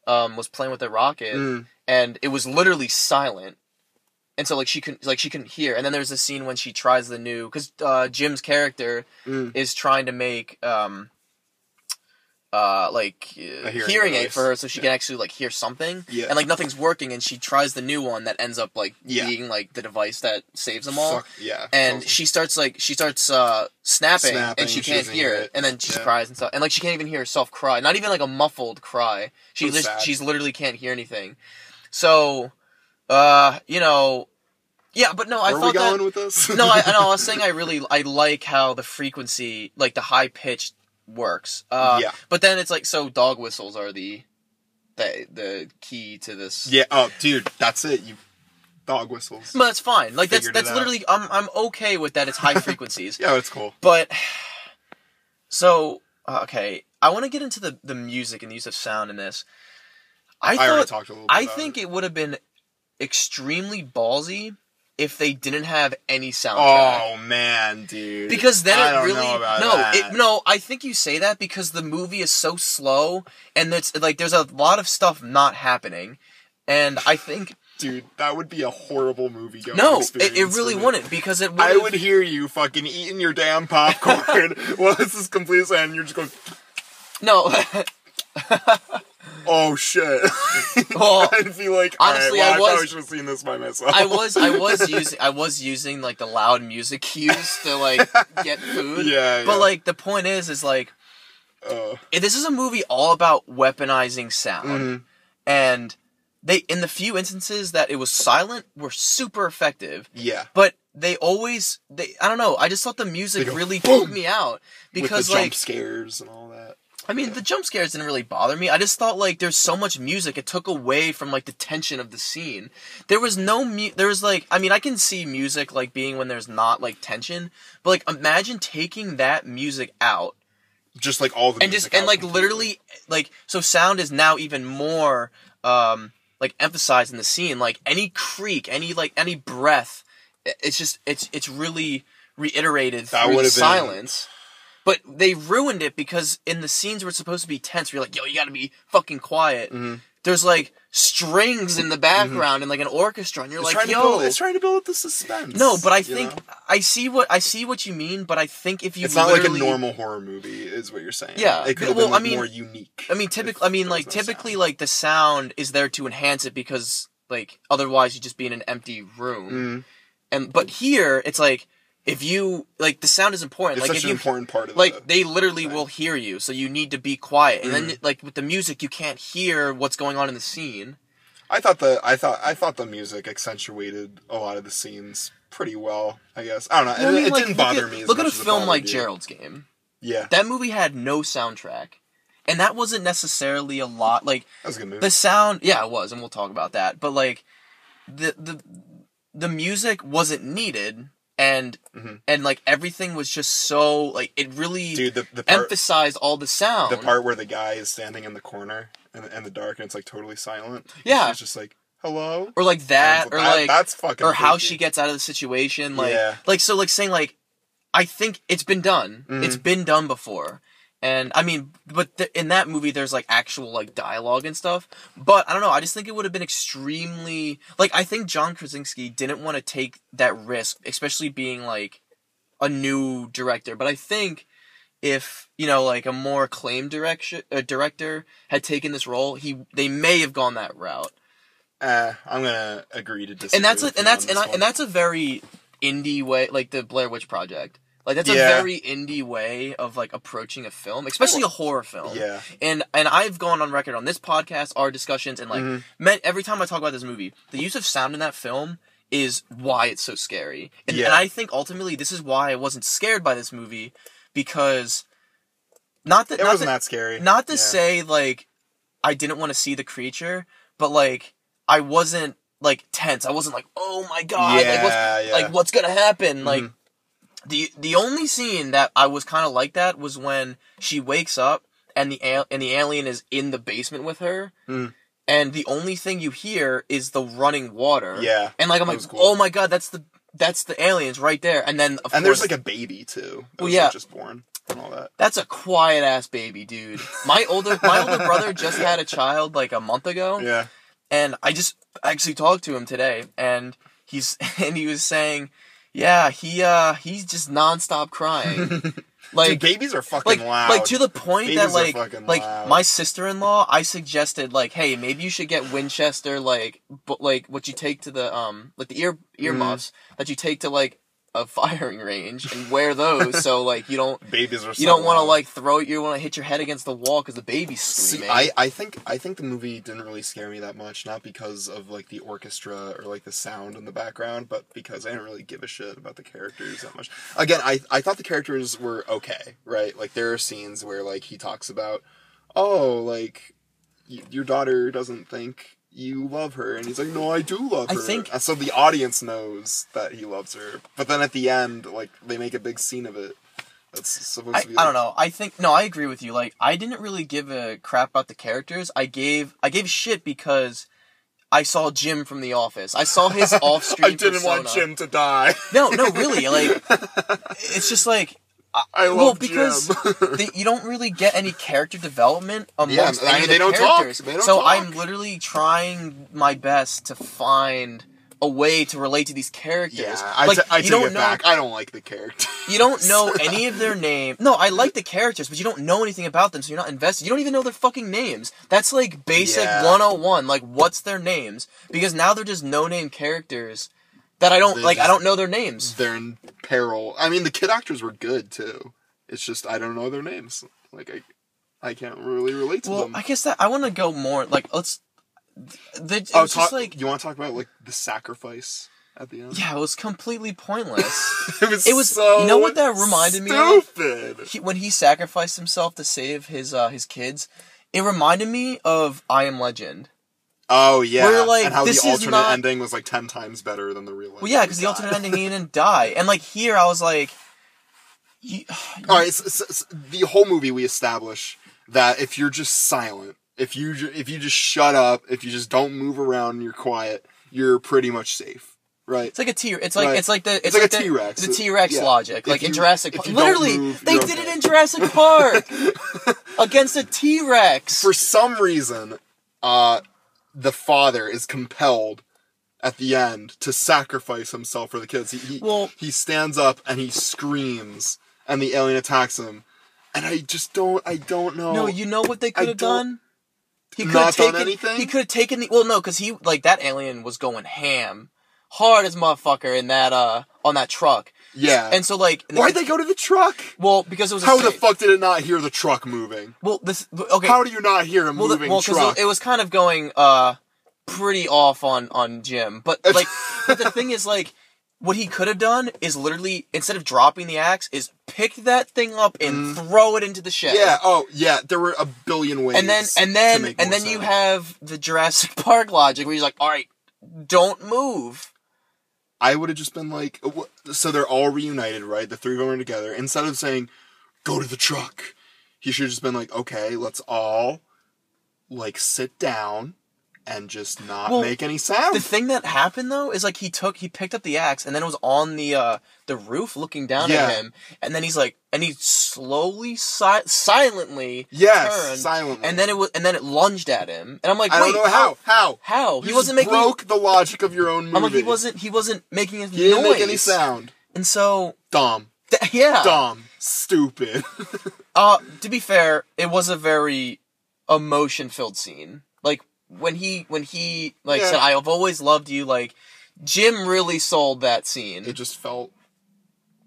A: um, was playing with the rocket
B: Mm.
A: and it was literally silent, and so like she couldn't like she couldn't hear. And then there's this scene when she tries the new because uh, Jim's character
B: Mm.
A: is trying to make um, uh, like uh,
B: hearing
A: hearing, aid for
B: device.
A: her so she can actually like hear something.
B: Yeah.
A: And like nothing's working, and she tries the new one that ends up like
B: Yeah.
A: being like the device that saves them all
B: Fuck, yeah.
A: and
B: totally.
A: she starts like she starts uh snapping,
B: Snapping,
A: and she
B: she
A: can't
B: doesn't
A: hear
B: hear
A: it.
B: it.
A: and then she
B: Yeah.
A: cries and stuff and like she can't even hear herself cry not even like a muffled cry she
B: That's
A: lis-
B: sad.
A: she's literally can't hear anything so uh you know yeah but no i
B: Where are we
A: thought
B: going
A: that
B: with this?
A: <laughs> no I, no I was saying i really i like how the frequency like the high pitch works uh
B: Yeah.
A: but then it's like so dog whistles are the the the key to this
B: <laughs> yeah. Oh, dude, that's it. You dog whistles.
A: but that's fine like that's
B: Figured it
A: that's
B: out.
A: literally i'm i'm okay with that it's
B: <laughs>
A: high frequencies
B: Yeah, it's cool.
A: But <sighs> so uh, okay, I want to get into the the music and the use of sound in this. I
B: I, already
A: thought
B: talked a little. bit
A: I
B: about
A: think
B: It.
A: it would have been extremely ballsy if they didn't have any soundtrack.
B: Oh man, dude.
A: Because then
B: I
A: it
B: don't
A: really
B: know about
A: no
B: that.
A: it no I think you say that because the movie is so slow and it's like there's a lot of stuff not happening, and I think
B: dude, that would be a horrible movie going.
A: no it,
B: experience
A: it
B: for
A: really
B: me.
A: wouldn't because it
B: I
A: would've-
B: would hear you fucking eating your
A: <laughs>
B: damn popcorn <laughs> while this is complete silence, and you're just going,
A: no <laughs>
B: "Oh shit!"
A: well
B: <laughs> I'd be like,
A: Oh, Honestly,
B: "Honestly,
A: I
B: I, was,
A: was-
B: should have seen this by myself." <laughs>
A: I was I was using I was using like the loud music <laughs> cues to like get food.
B: Yeah, yeah.
A: But like the point is is like
B: Uh,
A: eh, this is a movie all about weaponizing sound.
B: Mm-hmm.
A: And they in the few instances that it was silent were super effective.
B: yeah,
A: But they always they I don't know, I just thought the music
B: They go,
A: really
B: "Boom!"
A: took me out
B: with
A: because
B: the
A: like
B: jump scares and all that.
A: I mean the jump scares didn't really bother me. I just thought like there's so much music it took away from like the tension of the scene. There was no mu- there was like I mean I can see music like being when there's not like tension, but like imagine taking that music out
B: Just like all the
A: and just
B: music
A: and
B: out
A: like
B: completely.
A: literally like so sound is now even more um like emphasized in the scene like any creak, any like any breath it's just it's it's really reiterated
B: That
A: through the
B: would've been-
A: silence. But they ruined it because in the scenes where it's supposed to be tense, where you're like, yo, you gotta be fucking quiet.
B: Mm-hmm.
A: There's like strings in the background and like an orchestra, and you're
B: It's
A: like,
B: trying
A: yo,
B: to build, it's trying to build up the suspense.
A: no, but I
B: you
A: think
B: know?
A: I see what I see what you mean, but I think if you
B: it's not like a
A: literally-
B: normal horror movie, is what you're saying.
A: Yeah,
B: it could have
A: well,
B: been like,
A: I mean-
B: more unique.
A: I mean, typically, I mean,
B: there
A: like
B: was no
A: typically, like the sound is there to enhance it because like otherwise you'd just be in an empty room.
B: Mm.
A: And but here it's like if you like the sound is important.
B: it's
A: like
B: such
A: if
B: an
A: you
B: important part of
A: like
B: the-
A: they literally will hear you, so you need to be quiet. And
B: Mm.
A: then like with the music, you can't hear what's going on in the scene.
B: I thought the I thought I thought the music accentuated a lot of the scenes pretty well. I guess I don't know.
A: I
B: it
A: mean,
B: it
A: like,
B: didn't
A: look
B: bother
A: at,
B: me. As
A: Look at
B: much
A: a
B: as it
A: film
B: bothered
A: like
B: you.
A: Gerald's Game.
B: Yeah, that
A: That movie had no soundtrack, and that wasn't necessarily a lot. Like
B: was a good movie.
A: the sound yeah it was and we'll talk about that but like the the the music wasn't needed and
B: Mhm.
A: and like everything was just so like it really
B: Dude, the, the part
A: emphasized all the sound
B: the part where the guy is standing in the corner in, the- in the dark and it's like totally silent. and
A: Yeah.
B: she's just like hello.
A: or like that or
B: That-
A: like
B: that's fucking
A: or how
B: creepy.
A: she gets out of the situation like
B: Yeah.
A: like so like saying like i think it's been done
B: Mhm.
A: it's been done before and i mean but th- in that movie there's like actual like dialogue and stuff but i don't know i just think it would have been extremely like i think john krasinski didn't want to take that risk especially being like a new director but i think if you know like a more acclaimed direction uh, director had taken this role he they may have gone that route
B: Uh, I'm gonna agree to disagree.
A: and that's a,
B: with you
A: and that's
B: on
A: and,
B: this
A: I,
B: one.
A: and that's a very indie way like the blair witch project like that's
B: Yeah.
A: a very indie way of like approaching a film especially a horror film
B: yeah.
A: and and i've gone on record on this podcast our discussions and like
B: Mhm.
A: meant every time i talk about this movie the use of sound in that film is why it's so scary and,
B: Yeah.
A: and i think ultimately this is why i wasn't scared by this movie because not that
B: It
A: not
B: wasn't
A: that-
B: that scary.
A: not to
B: Yeah.
A: say like I didn't want to see the creature, but like I wasn't like tense. I wasn't like, oh my god, like what's
B: Yeah, Mm-hmm. yeah.
A: like what's gonna happen? Like the the only scene that I was kind of like that was when she wakes up and the al- and the alien is in the basement with her.
B: Mm.
A: And the only thing you hear is the running water.
B: Yeah,
A: And like I'm
B: that
A: like,
B: was cool.
A: oh my god, that's the that's the aliens right there. And then of
B: And
A: course
B: there's like a baby too. That
A: Well,
B: was,
A: yeah.
B: like, just born and all that.
A: that's a quiet ass baby, dude. My older my
B: <laughs>
A: older brother just had a child like a month ago,
B: Yeah.
A: and I just actually talked to him today, and he's <laughs> and he was saying, yeah, he uh he's just nonstop crying,
B: <laughs> Dude,
A: like
B: babies are fucking
A: like
B: loud.
A: like to the point that
B: Babies are
A: like
B: fucking
A: like
B: loud.
A: my sister in law, I suggested like, hey, maybe you should get Winchester like but like what you take to the um like the ear earmuffs
B: Mm.
A: that you take to like a firing range and wear
B: <laughs>
A: those so like you don't
B: babies are.
A: you don't want to like throw it. You want to hit your head against the wall because the baby's
B: See,
A: screaming.
B: I, I think I think the movie didn't really scare me that much, not because of like the orchestra or like the sound in the background, but because I didn't really give a shit about the characters that much. Again, I I thought the characters were okay, right? Like there are scenes where like he talks about, oh, like y- your daughter doesn't think you love her, and he's like, no, I do love
A: I
B: her.
A: think-
B: And so the audience knows that he loves her, but then at the end, like they make a big scene of it. That's supposed
A: I,
B: to be. Like,
A: I don't know. I think no. I agree with you. Like I didn't really give a crap about the characters. I gave I gave shit because I saw Jim from The Office. I saw his off
B: <laughs> I
A: screen.
B: didn't want Jim to die.
A: No, no, really.
B: <laughs>
A: Like it's just like
B: I love
A: well
B: <laughs>
A: because
B: Jim.
A: they, you don't really get any character development amongst
B: I
A: any
B: mean,
A: of the
B: they don't talk.
A: characters.
B: They don't
A: so
B: talk.
A: I'm literally trying my best to find a way to relate to these characters.
B: yeah, I,
A: like
B: t- I
A: you
B: take
A: don't
B: it
A: know
B: back. I don't like the character.
A: You don't <laughs> know any of their name. No, I like the characters, but you don't know anything about them, so you're not invested. You don't even know their fucking names. That's like basic
B: Yeah.
A: 101. Like, what's their names? Because now they're just no name characters that I don't
B: They
A: like. I
B: just-
A: don't know their names.
B: <laughs> They're in peril. I mean, the kid actors were good too. It's just I don't know their names. Like I, I can't really relate to
A: Well,
B: them.
A: I guess that I want to go more. Like, let's. The, it's
B: oh,
A: just
B: talk,
A: like
B: you want to talk about like the sacrifice at the end?
A: yeah, it was completely <laughs> pointless.
B: <laughs> it was.
A: It was-
B: so
A: you know what that reminded me of?
B: Stupid.
A: he, when he sacrificed himself to save his uh, his kids, it reminded me of I Am Legend.
B: Oh yeah.
A: We're like,
B: and how
A: this is
B: the alternate
A: not-
B: ending was like ten times better than the real.
A: Well, yeah, because the alternate ending he didn't die, and like here I was like, you,
B: All right, so, so- so the whole movie we establish that if you're just silent, if you ju- if you just shut up, if you just don't move around, and you're quiet, you're pretty much safe. Right.
A: It's like a T. It's like
B: Right.
A: it's like the it's,
B: like a
A: the-
B: T-Rex.
A: The T Rex
B: Yeah.
A: logic,
B: If
A: like in
B: you-
A: Jurassic.
B: if
A: Park.
B: you don't
A: Literally,
B: move,
A: they
B: you're
A: did it
B: okay.
A: in Jurassic
B: <laughs>
A: Park against a T Rex.
B: for some reason, uh, the father is compelled at the end to sacrifice himself for the kids. He he,
A: Well-
B: he stands up and he screams, and the alien attacks him. And I just don't. I don't know.
A: No, you know what they could have
B: don't-
A: done. He could have
B: Not done
A: taken.
B: anything?
A: He could have taken the. Well, no, because he like that alien was going ham, hard as motherfucker in that uh on that truck.
B: yeah.
A: And so like and the
B: why'd
A: kid-
B: they go to the truck?
A: Well, because it was a
B: How the
A: safe-
B: fuck did it not hear the truck moving?
A: Well, this okay.
B: How do you not hear a
A: well, the-
B: moving
A: well, 'cause
B: truck?
A: it was kind of going uh pretty off on on Jim, but like but the thing is like what he could have done is literally instead of dropping the axe is pick that thing up and throw it into the shed.
B: Mm. yeah. Oh, yeah. There were a billion ways.
A: and then and
B: to
A: then
B: make
A: and
B: more
A: then you
B: sense.
A: have the Jurassic <laughs> Park logic where he's like, "All right, don't move."
B: I would have just been like, wh- so they're all reunited, right? The three of them are together. Instead of saying, go to the truck, he should have just been like, okay, let's all, like, sit down and just not
A: Well,
B: make any sound.
A: The thing that happened though is like he took he picked up the axe and then it was on the uh the roof looking down
B: Yeah.
A: at him and then he's like and he slowly si- silently
B: yes,
A: turned,
B: silently.
A: and then it was and then it lunged at him and I'm like
B: I
A: wait
B: don't know how. How?
A: how he
B: You
A: wasn't
B: just
A: making
B: broke the logic of your own movie.
A: I'm like he wasn't he wasn't making a
B: He didn't
A: noise
B: make any sound.
A: and so
B: Dumb.
A: th- yeah
B: Dumb. Stupid. <laughs>
A: Uh, to be fair, it was a very emotion filled scene. Like when he when he like
B: Yeah.
A: said, "I've always loved you." Like Jim really sold that scene.
B: it just felt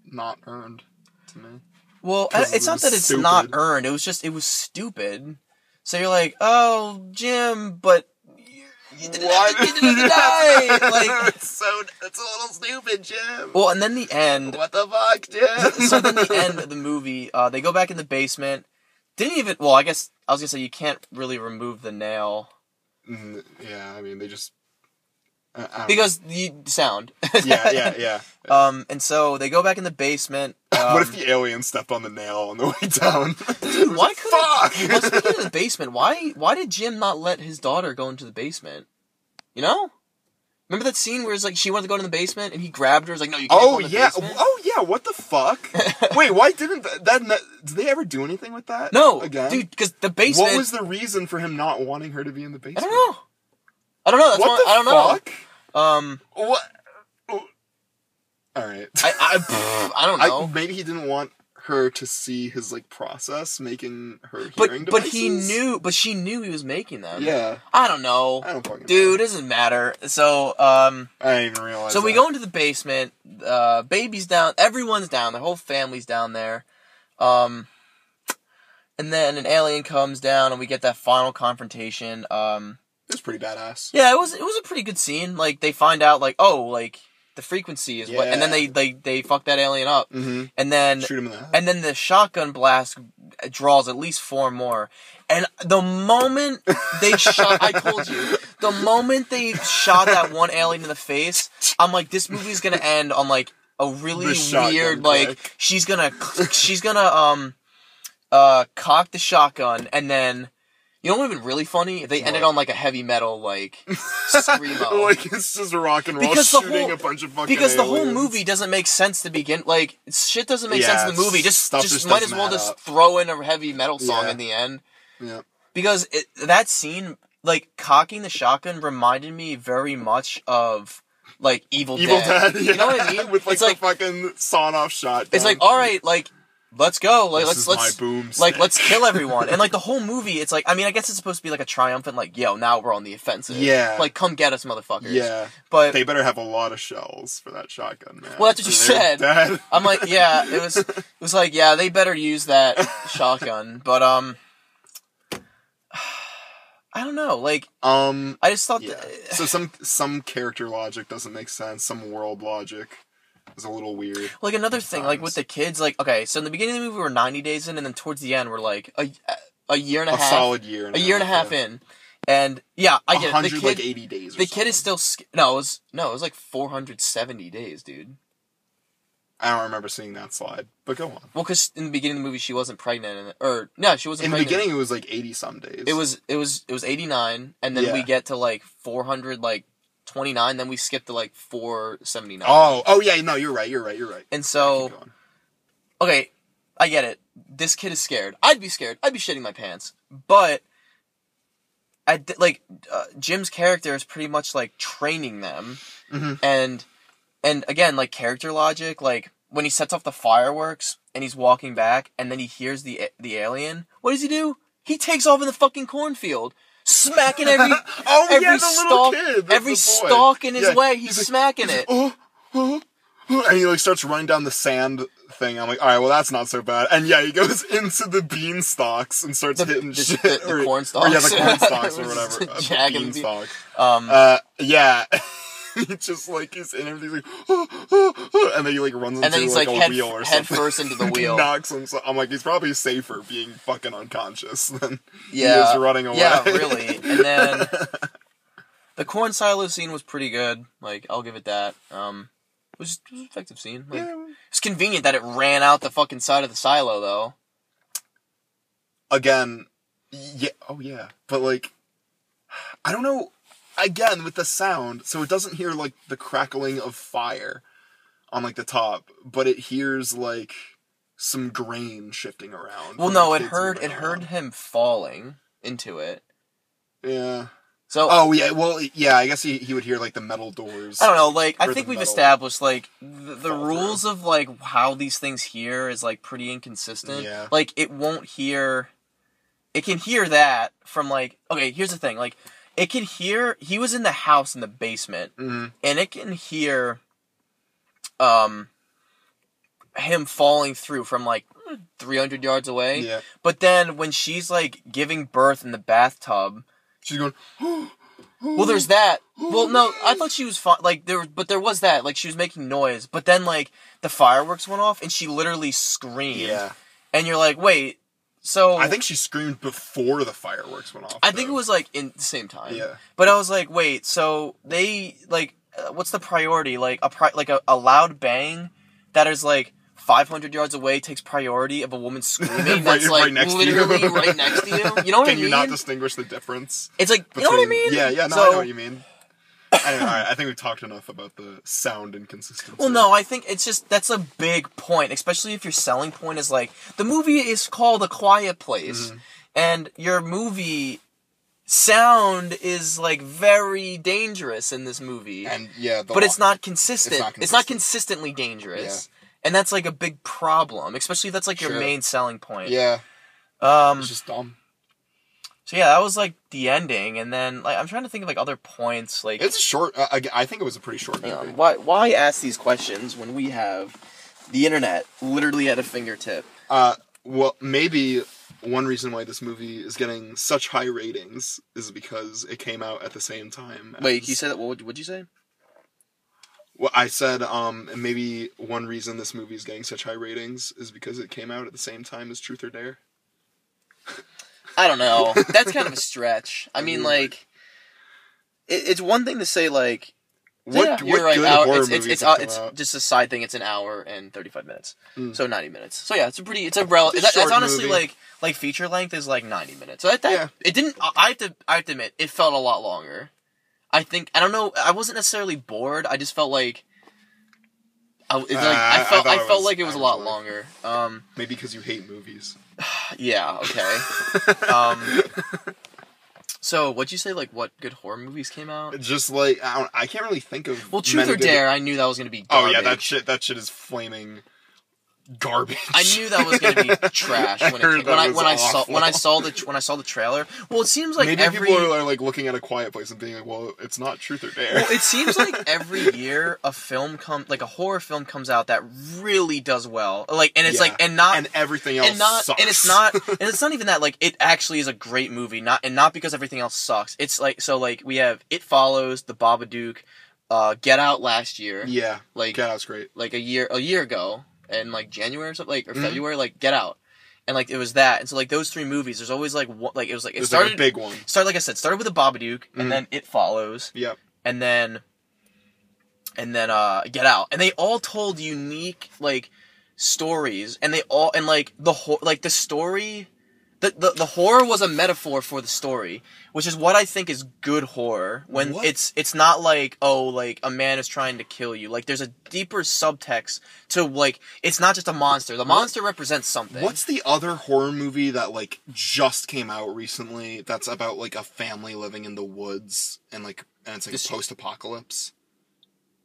B: not earned to me.
A: well, I-
B: 'cause
A: it's
B: it
A: not
B: was
A: that it's
B: stupid.
A: not earned. It was just it was stupid. So you're like, "Oh, Jim," but you, you didn't have to, you
B: <laughs>
A: didn't have to die. Like,
B: it's so it's a little stupid, Jim.
A: well, and then the end.
B: What the fuck, Jim?
A: <laughs> so then the end of the movie, uh, they go back in the basement. Didn't even. Well, I guess I was gonna say you can't really remove the nail.
B: <laughs> Mm, yeah, I mean they just I- I don't know.
A: because the sound.
B: <laughs> yeah, yeah, yeah.
A: Um, and so they go back in the basement. <laughs> Um,
B: <laughs> what if the alien stepped on the nail on the way down?
A: <laughs> dude,
B: <laughs>
A: why couldn't? Well,
B: fuck?
A: speaking of the basement, why why did Jim not let his daughter go into the basement? You know, remember that scene where it's like she wanted to go into the basement and he grabbed her. He's like, no, you can't. go
B: oh
A: in the
B: yeah,
A: basement."
B: oh yeah. What the fuck?
A: <laughs>
B: Wait, why didn't that, that? ne- Did they ever do anything with that?
A: No,
B: again.
A: dude, because the basement.
B: what was the reason for him not wanting her to be in the
A: I
B: basement?
A: don't know. I don't know. That's
B: What
A: why-
B: the
A: I don't
B: fuck?
A: know. Um,
B: What? All right.
A: I I,
B: <laughs>
A: pff, I don't
B: I,
A: know.
B: maybe he didn't want her to see his like process making her hearing
A: but but he
B: devices.
A: knew. But she knew he was making them.
B: Yeah,
A: I don't know.
B: I don't fucking.
A: Dude, it doesn't matter. So, um,
B: know. I didn't even realize.
A: So we
B: that.
A: go into the basement. Uh, baby's down. Everyone's down. The whole family's down there. Um, and then an alien comes down, and we get that final confrontation. Um,
B: It's pretty badass.
A: yeah, it was it was a pretty good scene. Like they find out, like oh, like the frequency is what, and then they
B: Yeah.
A: they they fuck that alien up,
B: Mm-hmm.
A: and then
B: Shoot him in the head.
A: and then the shotgun blast draws at least four more. And the moment they shot, I told you, the moment they shot that one alien in the face, I'm like, this movie's gonna end on like a really
B: The shotgun
A: weird, like
B: click.
A: she's gonna, she's gonna, um, uh, cock the shotgun and then. You know what would have been really funny? If they ended
B: What?
A: on like a heavy metal
B: <laughs>
A: like screamo.
B: like it's just rock and roll
A: uh, Because the
B: shooting
A: whole-
B: a bunch of fucking.
A: because the whole
B: aliens.
A: movie doesn't make sense to begin. Like shit doesn't make
B: Yeah,
A: sense in the movie. Just
B: stuff
A: just,
B: just
A: might as
B: doesn't
A: well
B: add
A: just
B: up.
A: throw in a heavy metal song
B: Yeah.
A: in the end
B: Yeah.
A: because it, that scene, like cocking the shotgun, reminded me very much of like Evil,
B: Evil
A: Dead.
B: Dead. Yeah. <laughs>
A: You know what I mean?
B: With like
A: it's like
B: the fucking sawn-off shot.
A: it's like all right, like let's go, like
B: This
A: let's
B: is
A: let's
B: my boom
A: like
B: stick.
A: let's kill everyone, and like
B: <laughs>
A: the whole movie, it's like I mean I guess it's supposed to be like a triumphant like yo now we're on the offensive,
B: Yeah.
A: like come get us motherfuckers,
B: Yeah.
A: but
B: They better have a lot of shells for that shotgun, man.
A: Well, that's what you
B: They're
A: said. <laughs>
B: dead. <laughs>
A: I'm like, yeah, it was it was like, yeah, they better use that shotgun. But um <sighs> I don't know. Like
B: Um.
A: I just thought
B: Yeah.
A: that
B: So some some character logic doesn't make sense. Some world logic is a little weird.
A: like another thing, like with the kids, like okay, so in the beginning of the movie we were 90 days in and then towards the end we're like a a year and a,
B: A
A: half
B: solid year. And
A: a year and a half in. And yeah, I get it. The
B: hundred
A: kid,
B: like eighty days. Or
A: the kid is still
B: something.
A: sc- no, it was no, it was like 470 days, dude.
B: I don't remember seeing that slide, but go on.
A: Well, cuz in the beginning of the movie she wasn't pregnant and or no, she wasn't
B: In the
A: pregnant.
B: beginning, it was like eighty some days.
A: It was it was it was 89 and then
B: Yeah.
A: we get to like 400 like twenty nine. Then we skipped to like four seventy nine.
B: Oh, oh yeah, no, you're right, you're right, you're right.
A: and
B: Keep
A: so
B: going. <laughs>
A: okay, I get it. This kid is scared. I'd be scared. I'd be shitting my pants. But I d- like uh, Jim's character is pretty much like training them,
B: Mhm.
A: and and again like character logic. Like when he sets off the fireworks and he's walking back, and then he hears the a- the alien. What does he do? He takes off in the fucking cornfield, smacking
B: <laughs>
A: every.
B: Oh
A: Every
B: yeah, the little
A: stalk,
B: kid, the-
A: every
B: the boy.
A: stalk in his
B: Yeah,
A: way, he's,
B: he's like,
A: smacking
B: <laughs>
A: it.
B: oh, oh, oh, and he like starts running down the sand thing. I'm like, all right, well that's not so bad. And yeah, he goes <laughs> into the bean stalks and starts hitting
A: the-
B: shit
A: the- the
B: or,
A: corn
B: or yeah, the
A: stalks. <laughs>
B: corn stalks or
A: Just
B: whatever. Uh,
A: jagging
B: bean
A: the-
B: stalk.
A: Um,
B: Uh, yeah. <laughs> He just like he's in everything, he's like, <laughs> oh, oh, oh, and then he like runs into
A: and then he's
B: like,
A: like,
B: a
A: head,
B: wheel or
A: head
B: something.
A: first
B: <laughs>
A: into the
B: He
A: wheel.
B: knocks himself. I'm like, he's probably safer being fucking unconscious than
A: Yeah.
B: he is running away. <laughs>
A: Yeah, really. And then the corn silo scene was pretty good. Like I'll give it that. Um, it was, it was an effective scene. Like,
B: <laughs> Yeah.
A: It's convenient that it ran out the fucking side of the silo though.
B: again, yeah, oh yeah, but like, I don't know. Again, with the sound, so it doesn't hear like the crackling of fire on like the top, but it hears like some grain shifting around.
A: Well,
B: from
A: no,
B: the
A: it
B: kids
A: heard it
B: moving
A: heard
B: around.
A: him falling into it.
B: Yeah.
A: So
B: Oh yeah. Well, yeah. I guess he, he would hear like the metal doors.
A: I don't know. Like I
B: Or
A: think
B: the
A: we've
B: metal
A: established like the, the
B: fall
A: rules of like how these things hear is like pretty inconsistent.
B: Yeah.
A: Like it won't hear. It can hear that from like okay. Here's the thing. Like it can hear. He was in the house in the basement,
B: Mhm.
A: and it can hear. Um. Him falling through from like 300 yards away.
B: Yeah.
A: But then when she's like giving birth in the bathtub,
B: She's going.
A: well, there's that. Well, no, I thought she was fine. Like there, was- but there was that. Like she was making noise, but then like the fireworks went off and she literally screamed.
B: Yeah.
A: And you're like, wait. So
B: I think she screamed before the fireworks went off.
A: I think it
B: though.
A: was like in the same time. <laughs>
B: Yeah.
A: But I was like, wait. So they like, uh, what's the priority? Like a pri- like a, a loud bang that is like. 500 yards away takes priority of a
B: <laughs>
A: woman screaming
B: Right-
A: that's like
B: right next to you.
A: literally right next to you. You know what
B: <laughs> Can
A: I mean?
B: you not distinguish the difference?
A: it's like, you know what I
B: between-
A: mean?
B: Yeah, yeah, no, I
A: So-
B: know what you mean. I, don't know, all right, I think we've talked enough about the sound inconsistency.
A: Well, no, I think it's just that's a big point, especially if your selling point is like the movie is called A Quiet
B: Mm-hmm.
A: Place, and your movie sound is like very dangerous in this movie,
B: and yeah, the
A: but it's
B: lo-
A: not consistent. It's
B: It's
A: not,
B: not
A: consistently dangerous, and that's like a big problem, especially if that's like your
B: Sure.
A: main selling point.
B: Yeah,
A: Um.
B: it's just dumb.
A: So yeah, that was like the ending, and then like I'm trying to think of like other points like
B: It's a short. Uh, I I think it was a pretty short
A: Hang
B: movie.
A: on. Why why ask these questions when we have the internet literally at a fingertip?
B: Uh, well, maybe one reason why this movie is getting such high ratings is because it came out at the same time.
A: Wait,
B: as-
A: you said that? What would what'd you say?
B: Well, I said um, maybe one reason this movie is getting such high ratings is because it came out at the same time as Truth or Dare.
A: I don't know. That's kind of a stretch. I mean,
B: Ooh.
A: like, it, it's one thing to say like,
B: What,
A: yeah,
B: what
A: you're right.
B: good
A: hour-
B: horror
A: it's it's
B: movies
A: it's,
B: have
A: uh,
B: come
A: it's
B: out?
A: just a side thing. It's an hour and thirty five minutes,
B: Mm.
A: so ninety minutes. So yeah, it's a pretty. It's a rel.
B: It's a
A: that- that's
B: short
A: honestly
B: movie.
A: like like feature length is like ninety minutes. So that, that
B: Yeah.
A: it didn't. I I have to. I have to admit, it felt a lot longer. I think I don't know. I wasn't necessarily bored. I just felt like. I, it's like,
B: Uh,
A: I
B: I
A: felt
B: thought
A: I,
B: it
A: felt
B: was-
A: like it was
B: I
A: a
B: was
A: lot
B: bored.
A: longer. Um,
B: Maybe because you hate movies.
A: yeah. Okay.
B: <laughs>
A: Um, so what'd you say? Like, what good horror movies came out?
B: Just like I, don't, I can't really think of.
A: Well, Truth
B: many
A: or
B: good-
A: Dare, I knew that was gonna be.
B: Oh
A: Garbage.
B: yeah, that shit. That shit is flaming garbage.
A: I knew that was
B: <laughs>
A: gonna be trash when
B: I
A: it
B: heard
A: came.
B: that
A: when I
B: was
A: when I saw when I
B: awful.
A: saw the when I saw the trailer. Well, it seems like
B: Maybe
A: every.
B: people are like looking at a quiet place and being like, "Well, it's not Truth or Dare."
A: well, it seems like every year a film come like a horror film comes out that really does well. Like, and it's
B: Yeah.
A: like, and not
B: <laughs> and everything else
A: and not
B: sucks.
A: and it's not
B: <laughs>
A: and it's not even that like it actually is a great movie not and not because everything else sucks it's like so like we have it follows the babadook uh get out last year
B: <laughs> yeah,
A: like
B: God, that's great.
A: like a year a year ago and like january or something like or
B: Mhm.
A: february like get out and like it was that and so like those three movies there's always like one like it was like it
B: It was
A: started
B: like a big one.
A: started like i said started with the babadook
B: Mhm.
A: and then it follows
B: Yep.
A: and then and then uh get out and they all told unique like stories and they all and like the whole like the story the, the the horror was a metaphor for the story, which is what I think is good horror. When
B: What?
A: it's it's not like oh like a man is trying to kill you. Like there's a deeper subtext to like it's not just a monster. The monster represents something.
B: What's the other horror movie that like just came out recently that's about like a family living in the woods and like and it's like
A: This-
B: post apocalypse?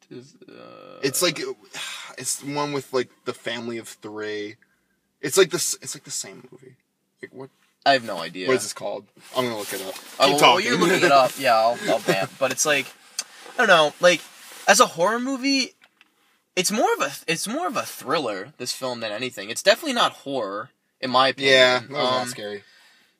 A: Is, uh,
B: It's like <sighs> it's the one with like the family of three. It's like this. It's like the same movie. Like what?
A: I have no idea.
B: What is this called? I'm gonna look it up. Keep
A: Oh, well,
B: talking.
A: you're looking it up. Yeah, I'll, I'll bam. But it's like, I don't know. Like, as a horror movie, it's more of a it's more of a thriller. This film than anything. It's definitely not horror, in my opinion.
B: <laughs> yeah, that was not
A: Um,
B: scary.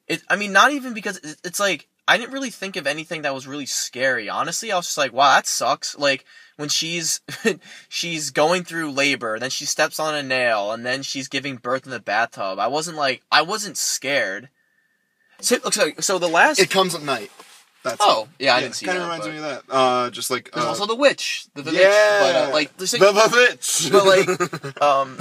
A: It. I mean, not even because it, it's like I didn't really think of anything that was really scary. Honestly, I was just like, wow, that sucks. Like when she's <laughs> she's going through labor, then she steps on a nail, and then she's giving birth in the bathtub. I wasn't like I wasn't scared. So, so, so the last
B: It comes at night. That's
A: Oh, yeah, I didn't see
B: Kind
A: that,
B: of reminds
A: but-
B: me of that. Uh, just like
A: There's
B: uh,
A: also the witch, the, the
B: yeah,
A: witch, but uh, like, there's,
B: the,
A: like <laughs>
B: the <laughs>
A: but
B: witch.
A: <laughs> like, um,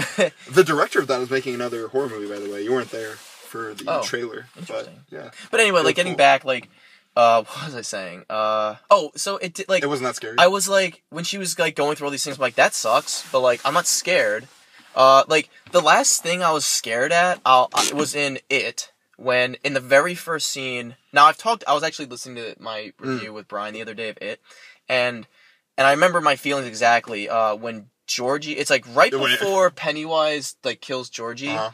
B: The director of that is making another horror movie, by the way. You weren't there for the
A: Oh,
B: trailer.
A: interesting.
B: But yeah,
A: but anyway,
B: Very
A: like getting
B: cool.
A: back, like, uh, <laughs> what was I saying? Uh, oh, so it did like
B: it wasn't that scary.
A: I was like when she was like going through all these things, I'm like that sucks, but like I'm not scared. Uh, like the last thing I was scared at, I'll, I was in it when in the very first scene. Now I've talked. I was actually listening to my
B: Mm.
A: review with Brian the other day of it, and and I remember my feelings exactly. Uh, when Georgie, it's like right
B: When it-
A: before Pennywise like kills Georgie.
B: Uh-huh.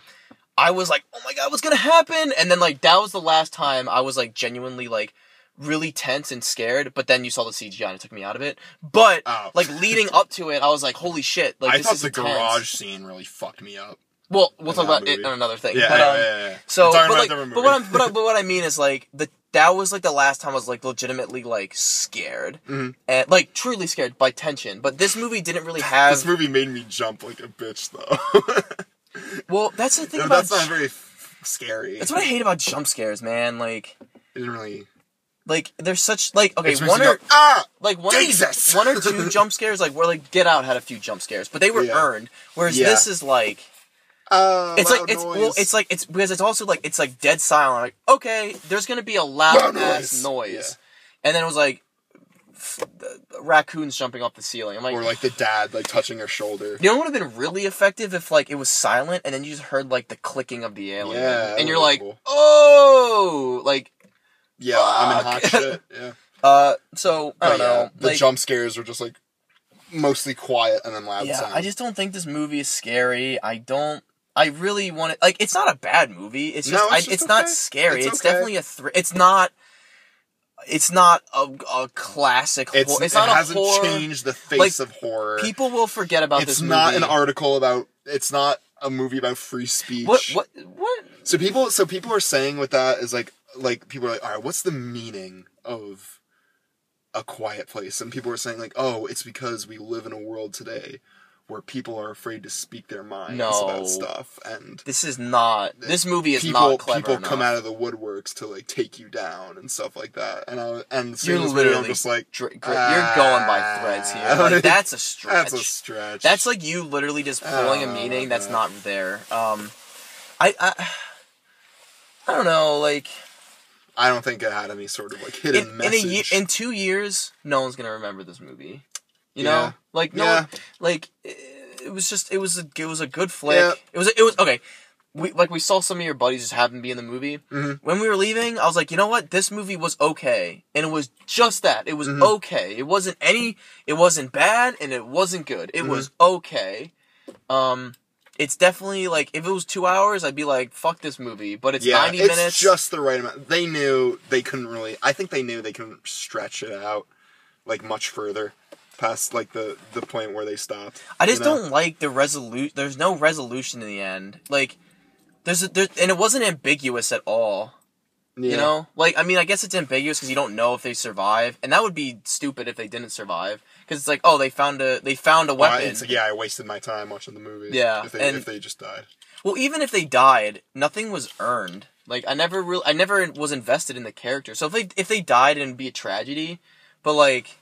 A: I was like, oh my god, what's gonna happen? And then like that was the last time I was like genuinely like really tense and scared. But then you saw the CGI and it took me out of it. But
B: Oh.
A: like leading up to it, I was like, holy shit! Like
B: I
A: this
B: thought
A: is
B: the
A: intense.
B: garage scene really fucked me up.
A: Well, we'll talk
B: in that
A: about it
B: movie.
A: on another thing.
B: Yeah,
A: but,
B: yeah,
A: um,
B: yeah, yeah.
A: So,
B: Sorry
A: but
B: about
A: like,
B: that movie.
A: but what I'm, but, I- but what I mean is like the that was like the last time I was like legitimately like scared
B: Mhm.
A: and like truly scared by tension. But this movie didn't really have.
B: this movie made me jump like a bitch, though. <laughs>
A: well, that's the thing
B: No,
A: about.
B: that's not very f- scary.
A: that's what I hate about jump scares, man. Like,
B: It didn't really.
A: like there's such like okay
B: It makes
A: one
B: me
A: or
B: go, ah,
A: like one or,
B: Jesus!
A: one or
B: <laughs>
A: two jump scares like where like Get Out had a few jump scares, but they were
B: Yeah.
A: earned. Whereas
B: Yeah.
A: this is like
B: uh,
A: it's
B: loud
A: like it's
B: noise.
A: well it's like it's because it's also like it's like dead silent. Like okay, there's gonna be a loud
B: Loud
A: ass
B: noise.
A: noise, and then it was like f- the- the raccoons jumping off the ceiling. I'm like.
B: or like the dad like touching her shoulder.
A: you know what would have been really effective if like it was silent and then you just heard like the clicking of the alien
B: Yeah, that
A: and you're
B: would've
A: like
B: been cool.
A: oh like
B: Yeah, I'm in
A: Fuck. <laughs>
B: hot shit. Yeah,
A: uh so I don't
B: But, yeah,
A: know
B: The
A: like,
B: jump scares were just like mostly quiet and then loud
A: yeah,
B: sound.
A: I just don't think this movie is scary. I don't. I really want it. Like, it's not a bad movie. It's
B: No,
A: just.
B: it's
A: I,
B: just
A: it's not
B: okay.
A: scary. It's,
B: It's okay.
A: definitely a. Thr- it's not. It's not a, a classic.
B: it's,
A: hor- it's
B: it
A: not
B: hasn't
A: a horror.
B: changed the
A: like,
B: face of horror.
A: People will forget about this
B: it's not
A: movie.
B: an article about it's not a movie about free speech
A: What? What? What?
B: so people so people are saying with that is like like people are like all right what's the meaning of a quiet place and people are saying like oh it's because we live in a world today where people are afraid to speak their minds
A: No.
B: about stuff and
A: This is not. This movie is
B: people
A: not clever.
B: people come
A: enough.
B: out of the woodworks to like take you down and stuff like that and I, and
A: You're
B: seeing this video, I'm
A: literally
B: just like
A: Dr- gr- you're going by threads here. Like, that's a stretch.
B: Ah. <laughs> that's a stretch
A: That's like you literally just pulling a
B: Oh,
A: meaning that's
B: man.
A: not there. Um, I, I, I don't know. Like
B: I don't think it had any sort of like hidden
A: in, in a
B: message.
A: year, in two years, no one's gonna remember this movie. You know,
B: Yeah.
A: like no,
B: Yeah.
A: one, like i- it was just it was a it was a good flick.
B: Yeah.
A: It was it was okay. We like we saw some of your buddies just happen to be in the movie.
B: Mhm.
A: When we were leaving, I was like, you know what, this movie was okay, and it was just that. It was
B: Mhm.
A: okay. It wasn't any. It wasn't bad, and it wasn't good. It
B: Mhm.
A: was okay. Um. It's definitely like if it was two hours, I'd be like, "Fuck this movie." But it's
B: yeah,
A: ninety
B: it's
A: minutes.
B: just the right amount. They knew they couldn't really. I think they knew they couldn't stretch it out like much further past like the the point where they stopped.
A: I just
B: you know?
A: don't like the resolution. There's no resolution in the end. Like, there's a, there, and it wasn't ambiguous at all.
B: Yeah.
A: You know, like I mean, I guess it's ambiguous because you don't know if they survive, and that would be stupid if they didn't survive. Because it's like, oh, they found a they found a
B: Well, I-
A: weapon.
B: it's- yeah, I wasted my time watching the movie.
A: Yeah,
B: if they,
A: and-
B: if they just died.
A: Well, even if they died, nothing was earned. Like I never really, I never was invested in the character. So if they if they died, it'd be a tragedy. But like,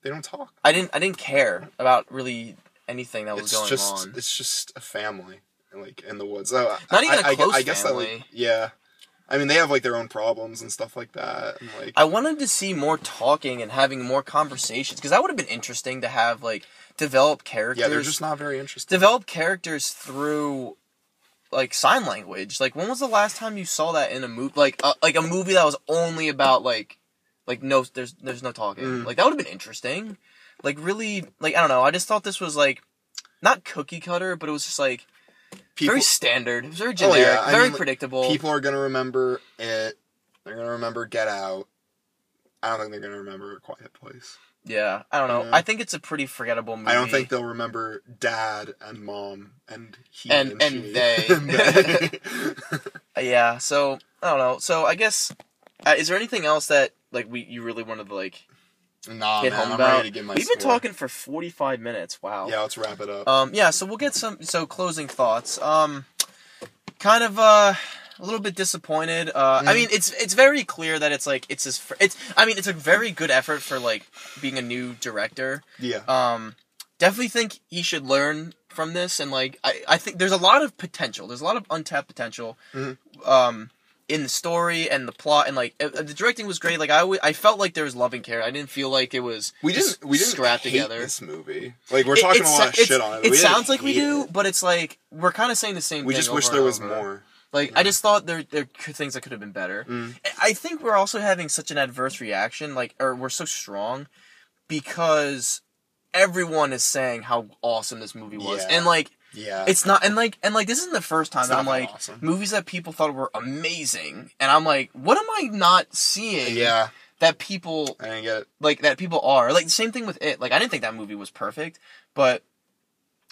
B: They don't talk.
A: I didn't I didn't care about really anything that was
B: It's
A: going
B: just
A: on.
B: it's just a family like in the woods. Oh, I-
A: Not even
B: I-
A: a
B: I-
A: close
B: I guess that like
A: family.
B: yeah. I mean, they have like their own problems and stuff like that. And, like,
A: I wanted to see more talking and having more conversations because that would have been interesting to have like develop characters.
B: yeah, they're just not very interesting.
A: develop characters through like sign language. Like when was the last time you saw that in a movie? Like uh, like a movie that was only about like like no there's there's no talking.
B: Mm.
A: Like that would have been interesting. Like really like I don't know. I just thought this was like not cookie cutter, but it was just like
B: People, Oh,
A: very standard. It was very generic,
B: I
A: very
B: mean, like,
A: predictable.
B: people are gonna remember it. They're gonna remember Get Out. I don't think they're gonna remember A Quiet Place.
A: yeah, I don't know.
B: Yeah.
A: I think it's a pretty forgettable movie.
B: I don't think they'll remember Dad and Mom and he
A: And-
B: and,
A: and
B: she.
A: they.
B: <laughs>
A: <laughs>
B: And they.
A: yeah so i don't know so i guess uh, is there anything else that like we you really wanted to like
B: nah,
A: get
B: man,
A: home
B: I'm
A: about
B: ready to give my.
A: we've been
B: score.
A: talking for 45 minutes wow
B: Yeah, let's wrap it up.
A: um yeah so we'll get some so closing thoughts um kind of uh a little bit disappointed uh i
B: Mhm.
A: mean it's it's very clear that it's like it's his fir- it's i mean it's a very good effort for like being a new director
B: yeah.
A: um definitely think he should learn from this and like i, I think there's a lot of potential there's a lot of untapped potential
B: Mhm.
A: um in the story and the plot and like uh, uh, the directing was great like i w- i felt like there was love and care i didn't feel like it was
B: we
A: just
B: didn't. We didn't
A: scrapped
B: hate
A: together
B: this movie. Like we're
A: It-
B: talking a
A: it's-
B: lot of
A: it's-
B: shit on it.
A: It
B: We didn't
A: sounds like we
B: hate
A: do,
B: it.
A: but it's like we're kind of saying the same
B: We
A: thing.
B: just
A: over
B: wish
A: and
B: there was
A: over.
B: more.
A: Like I just thought there there could, things that could have been better.
B: Mm.
A: I- I think we're also having such an adverse reaction, like or we're so strong because everyone is saying how awesome this movie was,
B: Yeah.
A: and like
B: Yeah.
A: it's not, and like and like this isn't the first time
B: It's
A: that
B: not
A: I'm
B: that
A: like
B: awesome.
A: movies that people thought were amazing, and I'm like, what am I not seeing?
B: yeah.
A: that people
B: I didn't get it.
A: like that people are like the same thing with it like i didn't think that movie was perfect but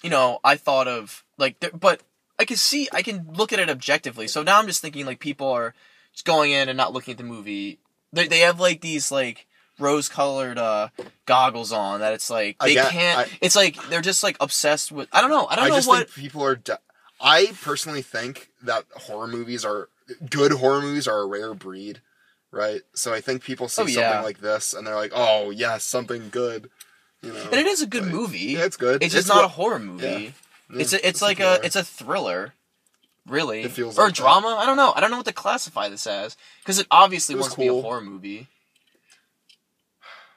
A: you know i thought of like th- but i can see i can look at it objectively so now i'm just thinking like people are just going in and not looking at the movie they, they have like these like rose colored uh goggles on that it's like
B: I
A: they
B: get-
A: can't
B: I-
A: it's like they're just like obsessed with i don't know i don't
B: I
A: know
B: just
A: what
B: think people are. De- I personally think that horror movies are good. Horror movies are a rare breed, right? So I think people see
A: Oh, yeah.
B: something like this and they're like, "Oh, yes, something good." You know,
A: and it is a good
B: like,
A: movie
B: yeah, it's good.
A: it's just not a
B: what-
A: horror movie
B: yeah. yeah,
A: It's a, it's, like a, it's a thriller, really,
B: It feels
A: or
B: like that.
A: drama. I don't know. I don't know what to classify this as because it obviously
B: It was
A: wants to be a
B: cool.
A: horror movie.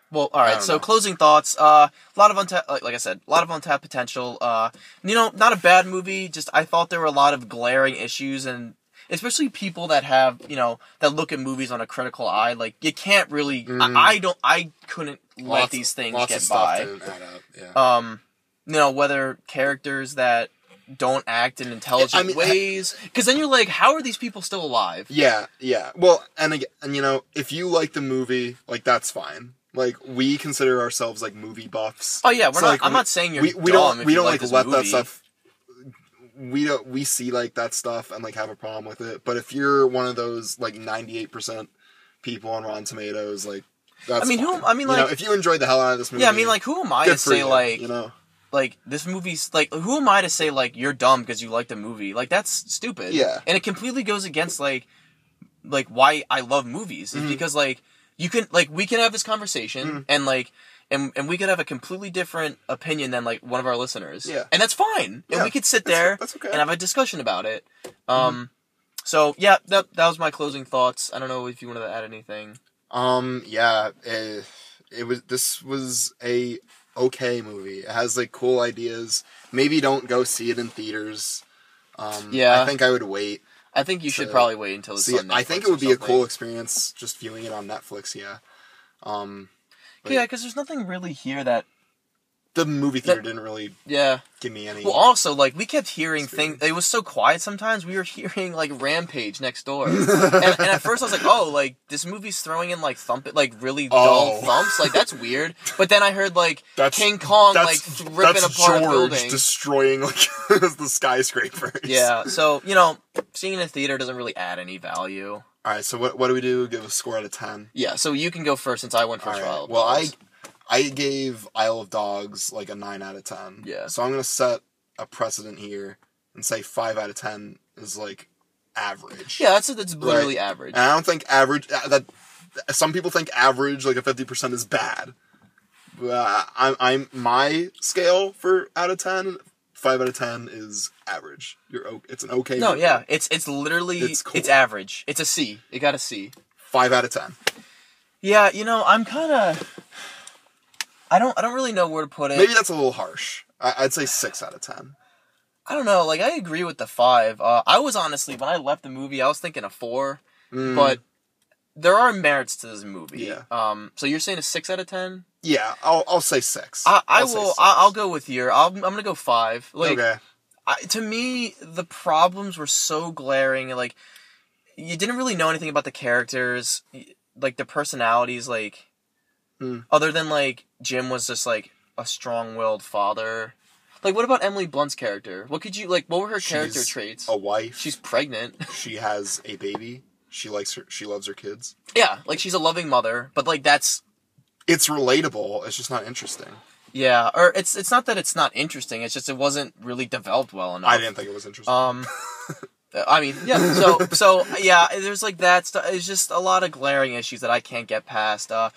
A: Well, all
B: I
A: right.
B: don't
A: So
B: know.
A: closing thoughts. Uh, a lot of untapped, like, like I said, a lot of untapped potential. Uh, you know, not a bad movie. Just I thought there were a lot of glaring issues and. Especially people that have, you know, that look at movies on a critical eye, like you can't really.
B: Mm.
A: I, I don't. I couldn't let
B: Lots-
A: these things
B: lots
A: get
B: of
A: by
B: stuff didn't add up, yeah.
A: um you know whether characters that don't act in intelligent
B: I mean, I-
A: ways because then you're like how are these people still alive
B: Yeah, yeah. Well, and again, and you know, if you like the movie, like that's fine. Like we consider ourselves like movie buffs.
A: oh yeah we're
B: So,
A: not
B: like,
A: i'm
B: we-
A: not saying you're
B: we we
A: dumb
B: don't
A: if
B: we
A: you
B: don't
A: like,
B: like,
A: this
B: let that
A: movie.
B: stuff. We don't we see like that stuff and like have a problem with it. But if you're one of those like ninety eight percent people on Rotten Tomatoes, like that's
A: I mean, who-
B: fine.
A: I mean,
B: You know,
A: like-
B: if you enjoyed the hell out of this movie,
A: yeah i mean like who am i
B: good
A: to
B: for
A: say
B: you,
A: like
B: you know
A: like this movie's like who am i to say like you're dumb because you liked a movie like that's stupid
B: Yeah.
A: and it completely goes against like like why i love movies
B: Mm-hmm.
A: is because like you can like we can have this conversation and like and, and we could have a completely different opinion than like one of our listeners
B: Yeah.
A: and that's fine and
B: Yeah.
A: we could sit
B: That's-
A: there
B: that's Mm-hmm. okay.
A: and have a discussion about it um so yeah that, that was my closing thoughts i don't know if you wanted to add anything
B: Um. Yeah. It, it was. This was a okay movie. It has like cool ideas. Maybe don't go see it in theaters. Um,
A: Yeah.
B: I think I would wait.
A: i think you should
B: So-
A: probably wait until it's
B: See,
A: on
B: I think
A: Netflix
B: it would
A: or
B: be a
A: something.
B: cool experience just viewing it on Netflix. Yeah. Um, like-
A: yeah because there's nothing really here that
B: the movie theater didn't really
A: yeah
B: give me any.
A: Well, also, like we kept hearing
B: Experience.
A: things. It was so quiet sometimes. We were <laughs> hearing like Rampage next
B: <laughs>
A: door, and, and at first I was like, "Oh, like this movie's throwing in like thump, like really dull
B: Oh.
A: thumps. Like that's weird." But then I heard like
B: That's-
A: King Kong like
B: that's
A: th- ripping
B: that's
A: apart a
B: George
A: building.
B: destroying like <laughs> the skyscrapers.
A: yeah, so you know, seeing it in a theater doesn't really add any value.
B: All right. So what what do we do? Give a score out of ten.
A: Yeah, so you can go first since I went
B: All
A: first.
B: right.
A: for Isle of
B: Well, I
A: Dogs.
B: I gave Isle of Dogs like a nine out of ten.
A: Yeah.
B: So I'm gonna set a precedent here and say five out of ten is like average.
A: yeah, that's that's literally average.
B: And I don't think average uh, that some people think average like a fifty percent is bad. But I'm I'm my scale for out of ten Five out of ten is average. You're o- it's an okay.
A: No,
B: movie.
A: yeah, it's it's literally
B: It's
A: it's,
B: cool.
A: average. It's a C. It got a C.
B: Five out of ten.
A: Yeah, you know, I'm kind of. I don't. I don't really know where to put it.
B: Maybe that's a little harsh. I- I'd say six out of ten.
A: I don't know. Like I agree with the five. Uh, I was honestly when I left the movie, I was thinking a four,
B: Mm,
A: but there are merits to this movie.
B: Yeah.
A: Um. So you're saying a six out of ten?
B: yeah, I'll I'll say six.
A: I I
B: I'll say
A: will.
B: six.
A: I, I'll go with you. I'll, I'm gonna go five. Like
B: okay.
A: I, to me, the problems were so glaring. Like you didn't really know anything about the characters, y- like the personalities. Like
B: Hmm.
A: other than like Jim was just like a strong-willed father. Like what about Emily Blunt's character? What could you like? What were her character
B: She's
A: traits?
B: A wife.
A: She's pregnant. <laughs>
B: she has a baby. She likes her. She loves her kids.
A: yeah, like she's a loving mother, but like that's
B: It's relatable. It's just not interesting.
A: yeah, or it's it's not that it's not interesting. It's just it wasn't really developed well enough.
B: I didn't think it was interesting. <laughs>
A: Um, I mean, yeah. So, so yeah. There's like that stuff. It's just a lot of glaring issues that I can't get past. Uh,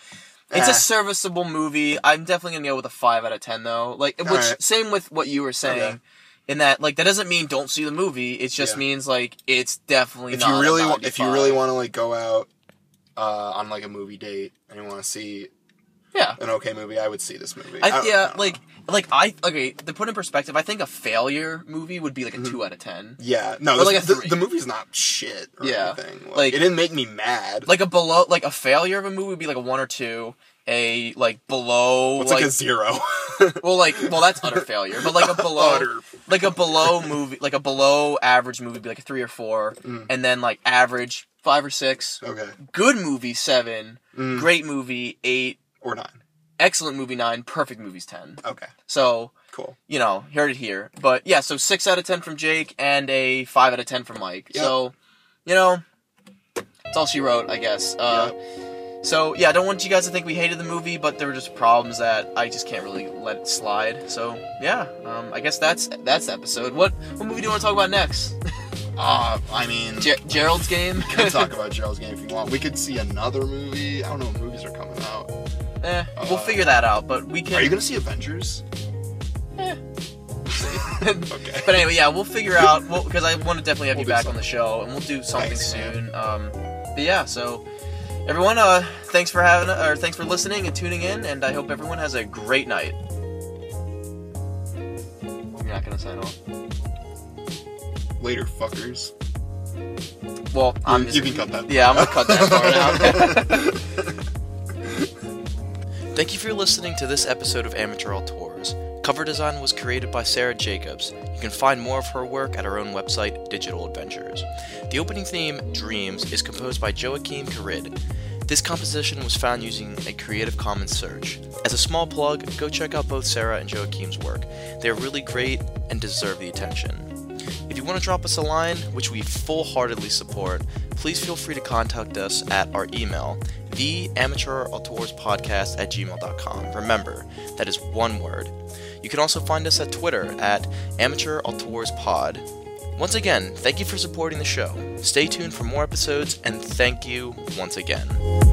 A: it's
B: Eh.
A: a serviceable movie. I'm definitely gonna go with a five out of ten though. Like, which
B: Alright.
A: same with what you were saying.
B: Okay.
A: In that, like, that doesn't mean don't see the movie. It just
B: Yeah.
A: means like it's definitely.
B: if
A: not
B: you
A: a
B: really want, if you
A: 95.
B: really want to like go out uh, on like a movie date and you want to see
A: yeah.
B: an okay movie, I would see this movie.
A: I,
B: don't-
A: yeah,
B: don't
A: like,
B: know.
A: like I okay. To put in perspective, I think a failure movie would be like a
B: Mm-hmm.
A: two out of ten.
B: yeah, no, this,
A: like a
B: the,
A: three.
B: the movie's not shit or
A: Yeah,
B: anything. Like,
A: like-
B: it didn't make me mad.
A: Like a below, like a failure of a movie would be like a one or two. A like below,
B: it's like, a <laughs> zero.
A: Well, like, well, that's
B: <laughs>
A: utter failure. But like a below,
B: Utter.
A: like a below movie, like a below average movie, would be like a three or four,
B: Mm.
A: and then like average five or six.
B: okay,
A: Good movie seven,
B: Mm.
A: great movie eight,
B: or nine.
A: excellent movie nine, perfect movies ten.
B: Okay,
A: So
B: cool.
A: you know, heard it here. But yeah, so six out of ten from Jake and a five out of ten from Mike.
B: Yep.
A: So you know, that's all she wrote, I guess. Uh, So yeah, I don't want you guys to think we hated the movie, but there were just problems that I just can't really let slide. So yeah, um, I guess that's that's the episode. What what movie do you want to talk about next? <laughs>
B: Uh, I mean,
A: Ger- Gerald's game. <laughs>
B: we can <laughs> talk about Gerald's game if you want. We could see another movie. I don't know what movies are coming out.
A: eh, we'll
B: Uh,
A: figure that out, but we can.
B: Are you gonna see Avengers? <laughs>
A: Eh.
B: Okay.
A: But anyway, yeah, we'll figure out because I want to definitely have
B: We'll
A: you
B: do
A: back
B: something.
A: on the show, and we'll do something
B: Thanks, man.
A: soon. Um, but yeah, so everyone, uh, thanks for having or thanks for listening and tuning in, and I hope everyone has a great night. You're not gonna sign off.
B: Later, fuckers.
A: Well, I'm
B: You-
A: just
B: you can cut that.
A: Yeah, I'm gonna cut that part out. Thank you for listening to this episode of Amateur Tours. Cover design was created by Sarah Jacobs. You can find more of her work at her own website, Digital Adventures. The opening theme, Dreams, is composed by Joaquin Carid. This composition was found using a Creative Commons search. As a small plug, go check out both Sarah and Joaquin's work. They are really great and deserve the attention. If you want to drop us a line, which we full heartedly support, please feel free to contact us at our email, theamateurauteurspodcast at gmail.com. Remember, that is one word. You can also find us at Twitter at Amateur Auteurs Pod. Once again, thank you for supporting the show. Stay tuned for more episodes, and thank you once again.